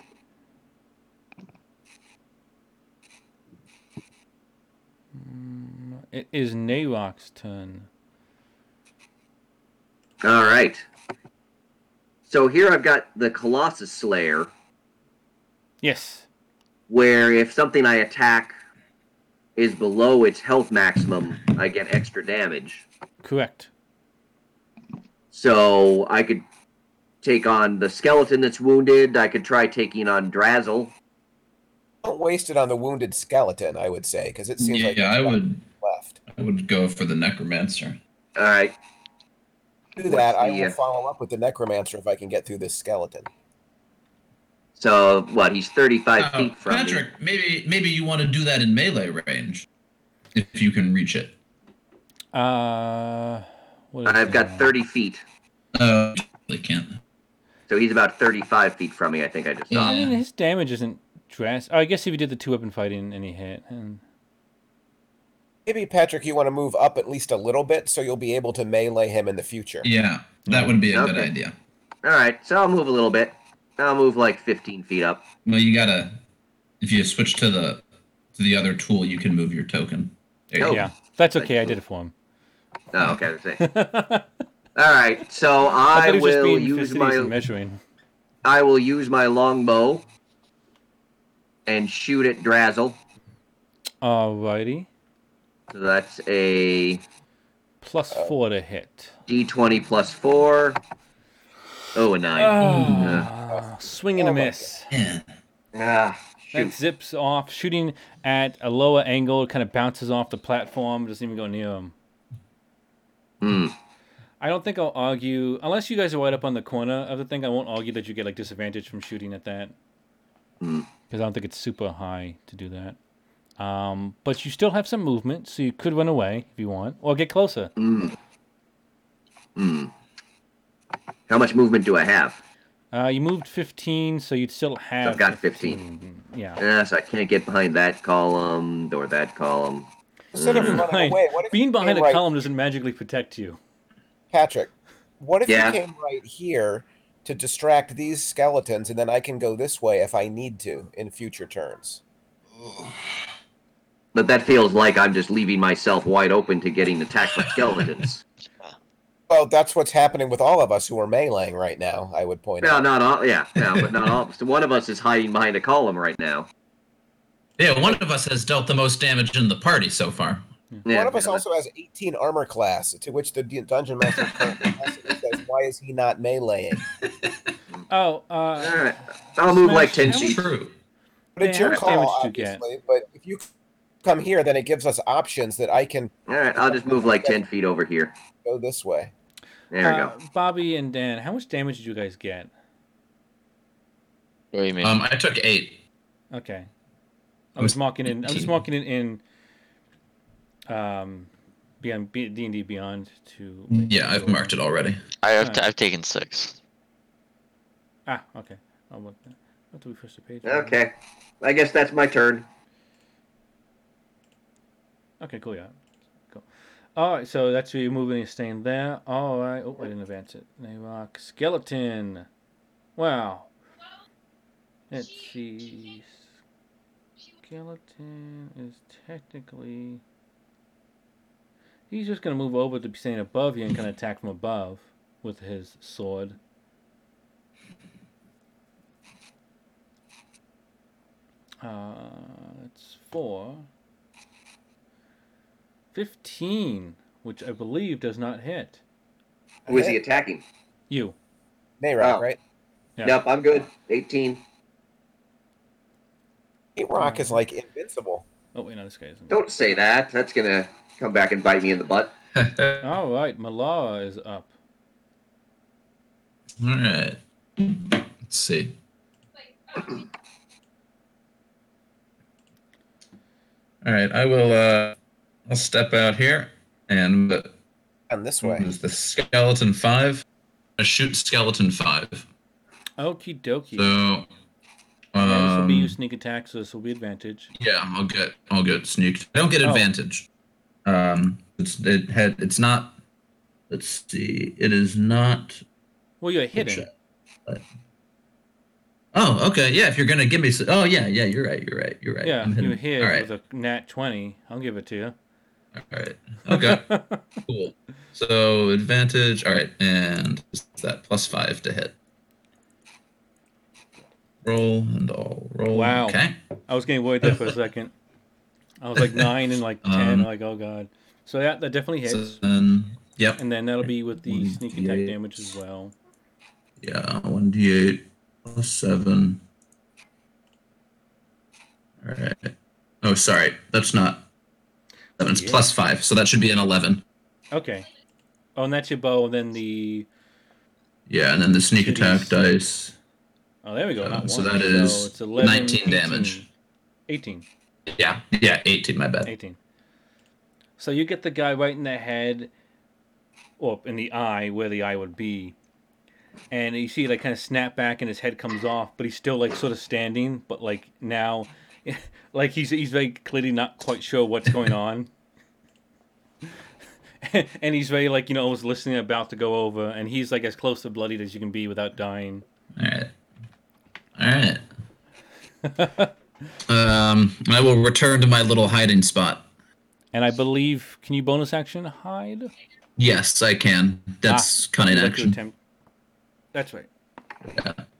Speaker 1: Mm, It is Narok's turn.
Speaker 2: All right. So here I've got the Colossus Slayer,
Speaker 1: Yes.
Speaker 2: where if something I attack is below its health maximum, I get extra damage.
Speaker 1: Correct.
Speaker 2: So I could take on the skeleton that's wounded. I could try taking on Drazzle.
Speaker 3: Don't waste it on the wounded skeleton, I would say, because it seems
Speaker 5: Yeah,
Speaker 3: like
Speaker 5: I
Speaker 3: there's
Speaker 5: would.
Speaker 3: nothing left.
Speaker 5: I would go for the necromancer.
Speaker 2: All right.
Speaker 3: Do that. I
Speaker 2: Yeah.
Speaker 3: will follow up with the necromancer if I can get through this skeleton.
Speaker 2: So what? He's thirty-five
Speaker 5: Oh,
Speaker 2: feet from me.
Speaker 5: Patrick, maybe maybe you want to do that in melee range, if you can reach it.
Speaker 1: Uh, what is
Speaker 2: I've
Speaker 1: that?
Speaker 2: got thirty feet.
Speaker 5: Uh, they can't.
Speaker 2: So he's about 35 feet from me. I think I just saw.
Speaker 1: I mean,
Speaker 5: Yeah.
Speaker 1: his damage isn't drastic. Oh, I guess if he did the two weapon fighting and he hit, and
Speaker 3: Maybe Patrick, you want to move up at least a little bit so you'll be able to melee him in the future.
Speaker 5: Yeah, that would be a good
Speaker 2: Okay.
Speaker 5: idea.
Speaker 2: All right, so I'll move a little bit. I'll move like 15 feet up.
Speaker 5: Well, you gotta. If you switch to the to the other tool, you can move your token. There
Speaker 2: Oh.
Speaker 5: you go.
Speaker 1: yeah, that's
Speaker 2: Thank
Speaker 1: okay. I
Speaker 2: you.
Speaker 1: did it for him.
Speaker 2: Oh, okay. I was gonna say.
Speaker 1: I
Speaker 2: All right, so I,
Speaker 1: thought he was just
Speaker 2: will
Speaker 1: being
Speaker 2: use
Speaker 1: fastidious and
Speaker 2: my
Speaker 1: measuring.
Speaker 2: I will use my long bow and shoot at Drazzle.
Speaker 1: Alrighty,
Speaker 2: So that's a
Speaker 1: plus four to hit.
Speaker 2: D20 plus four. Oh, a nine.
Speaker 1: Ah, swing and
Speaker 3: Oh
Speaker 1: a
Speaker 3: my
Speaker 1: miss.
Speaker 5: Yeah.
Speaker 2: ah,
Speaker 1: That
Speaker 2: shoot.
Speaker 1: zips off, shooting at a lower angle. It kind of bounces off the platform. Doesn't even go near him.
Speaker 2: Hmm.
Speaker 1: I don't think I'll argue unless you guys are right up on the corner of the thing. I won't argue that you get like disadvantage from shooting at that
Speaker 2: Hmm.
Speaker 1: because I don't think it's super high to do that. Um, but you still have some movement, so you could run away if you want, or get closer.
Speaker 2: Mm. Mm. How much movement do I have?
Speaker 1: Uh, you moved 15, so you'd still have.
Speaker 2: got 15.
Speaker 1: Yeah.
Speaker 2: Uh, so I can't get behind that column or that column.
Speaker 3: Instead of running
Speaker 1: Behind,
Speaker 3: away, what if
Speaker 1: being
Speaker 3: you
Speaker 1: behind
Speaker 3: came
Speaker 1: a
Speaker 3: right,
Speaker 1: column doesn't magically protect you.
Speaker 3: Patrick, what if
Speaker 2: Yeah.
Speaker 3: you came right here to distract these skeletons, and then I can go this way if I need to in future turns?
Speaker 2: But that feels like I'm just leaving myself wide open to getting attacked by skeletons.
Speaker 3: Well, that's what's happening with all of us who are meleeing right now. I would point
Speaker 2: no,
Speaker 3: out.
Speaker 2: not all. Yeah, no, but not all. So one of us is hiding behind a column right now.
Speaker 5: Yeah, one of us has dealt the most damage in the party so far.
Speaker 2: Yeah,
Speaker 3: One of us
Speaker 2: yeah,
Speaker 3: also has 18 armor class, to which the dun- dungeon master currently says, "Why is he not meleeing?"
Speaker 1: Oh, uh,
Speaker 2: All right, I'll move like ten
Speaker 1: Smash.
Speaker 5: That's
Speaker 2: feet.
Speaker 5: true.
Speaker 3: But it's
Speaker 1: Yeah,
Speaker 3: your
Speaker 1: how much
Speaker 3: call,
Speaker 1: damage did you get?
Speaker 3: obviously. But if you come here, then it gives us options that I can
Speaker 2: All right, I'll just move like ten feet over here.
Speaker 3: go this way.
Speaker 2: There we
Speaker 1: uh,
Speaker 2: go.
Speaker 1: Bobby and Dan, how much damage did you guys get?
Speaker 4: What do you mean?
Speaker 5: Um, I took eight.
Speaker 1: Okay. I
Speaker 5: I'm
Speaker 1: was
Speaker 5: s-
Speaker 1: marking in. I was
Speaker 5: 18.
Speaker 1: marking it in. Um, beyond D and D Beyond to.
Speaker 5: Yeah, I've marked it already.
Speaker 4: I have
Speaker 1: Alright.
Speaker 4: t- I've taken six.
Speaker 1: Ah, okay. I'll look. That. I'll have to refresh the page.
Speaker 2: Okay, I guess that's my turn.
Speaker 1: Okay. Cool. Yeah. Cool. All right. So that's where you're moving. You're staying there. All right. Oh, I didn't advance it. They rock skeleton. Wow. Let's see. Skeleton is technically. He's just gonna move over to be staying above you and kind of attack from above with his sword. Uh, it's four. Fifteen, which I believe does not hit
Speaker 2: Who is he attacking?
Speaker 1: you.
Speaker 3: Nayrock,
Speaker 2: Oh.
Speaker 3: right?
Speaker 1: Yeah.
Speaker 2: Nope, I'm good. Eighteen.
Speaker 3: Nayrock is like invincible.
Speaker 1: Oh wait, no, this guy isn't.
Speaker 2: Don't say that. That's gonna come back and bite me in the butt.
Speaker 5: All
Speaker 1: All right, Malara is up.
Speaker 5: right. Let's see. All right, I will. Uh, I'll step out here and uh,
Speaker 3: And this way.
Speaker 2: Mm-hmm.
Speaker 5: what is the skeleton five? I shoot skeleton five.
Speaker 1: Okie dokie.
Speaker 5: So,
Speaker 1: Yeah, this will be your
Speaker 5: um,
Speaker 1: sneak attack, so this will be advantage.
Speaker 5: yeah, I'll get I'll get sneaked. I don't get
Speaker 1: Oh.
Speaker 5: advantage. Um, it's it had it's not. Let's see. It is not.
Speaker 1: Well, you're hidden.
Speaker 5: check. Oh, okay. Yeah, if you're gonna give me. s oh, yeah, yeah. You're right. You're right. You're right.
Speaker 1: Yeah,
Speaker 5: I'm
Speaker 1: you
Speaker 5: hidden.
Speaker 1: were here
Speaker 5: All right.
Speaker 1: with a nat 20. I'll give it to you.
Speaker 5: All right. Okay. cool. So advantage. All right, and is that plus five to hit? Roll and all roll.
Speaker 1: Wow.
Speaker 5: Okay.
Speaker 1: I was getting worried there for a second. I was like 9 and like 10,
Speaker 5: Um,
Speaker 1: like, oh god. So that, that definitely
Speaker 5: So
Speaker 1: hits.
Speaker 5: then, yep.
Speaker 1: And then that'll be with the sneak attack
Speaker 5: 1d8.
Speaker 1: damage as well.
Speaker 5: Yeah, one d eight plus seven. All right. Oh, sorry, that's not. Seven's plus five, so that should be an eleven.
Speaker 1: Okay. Oh, and that's your bow, and then the.
Speaker 5: Yeah, and then the sneak
Speaker 1: Two
Speaker 5: attack
Speaker 1: Ds.
Speaker 5: dice.
Speaker 1: Oh, there we go.
Speaker 5: Uh,
Speaker 1: not
Speaker 5: so
Speaker 1: one.
Speaker 5: that is
Speaker 1: it's 11,
Speaker 5: 19 damage.
Speaker 1: 18.
Speaker 5: Yeah, yeah, eighteen. My bad.
Speaker 1: 18. So you get the guy right in the head, or in the eye, where the eye would be, and you see it, like kind of snap back and his head comes off, but he's still like sort of standing, but like now, like he's he's very clearly not quite sure what's going on. and he's very like you know almost listening about to go over and he's like as close to bloodied as you can be without dying
Speaker 5: All right. All right. um, I will return to my little hiding spot.
Speaker 1: and i believe can you bonus action hide
Speaker 5: Yes, I can. That's
Speaker 1: Ah,
Speaker 5: cunning
Speaker 1: you'd like to
Speaker 5: action.
Speaker 1: attempt- that's right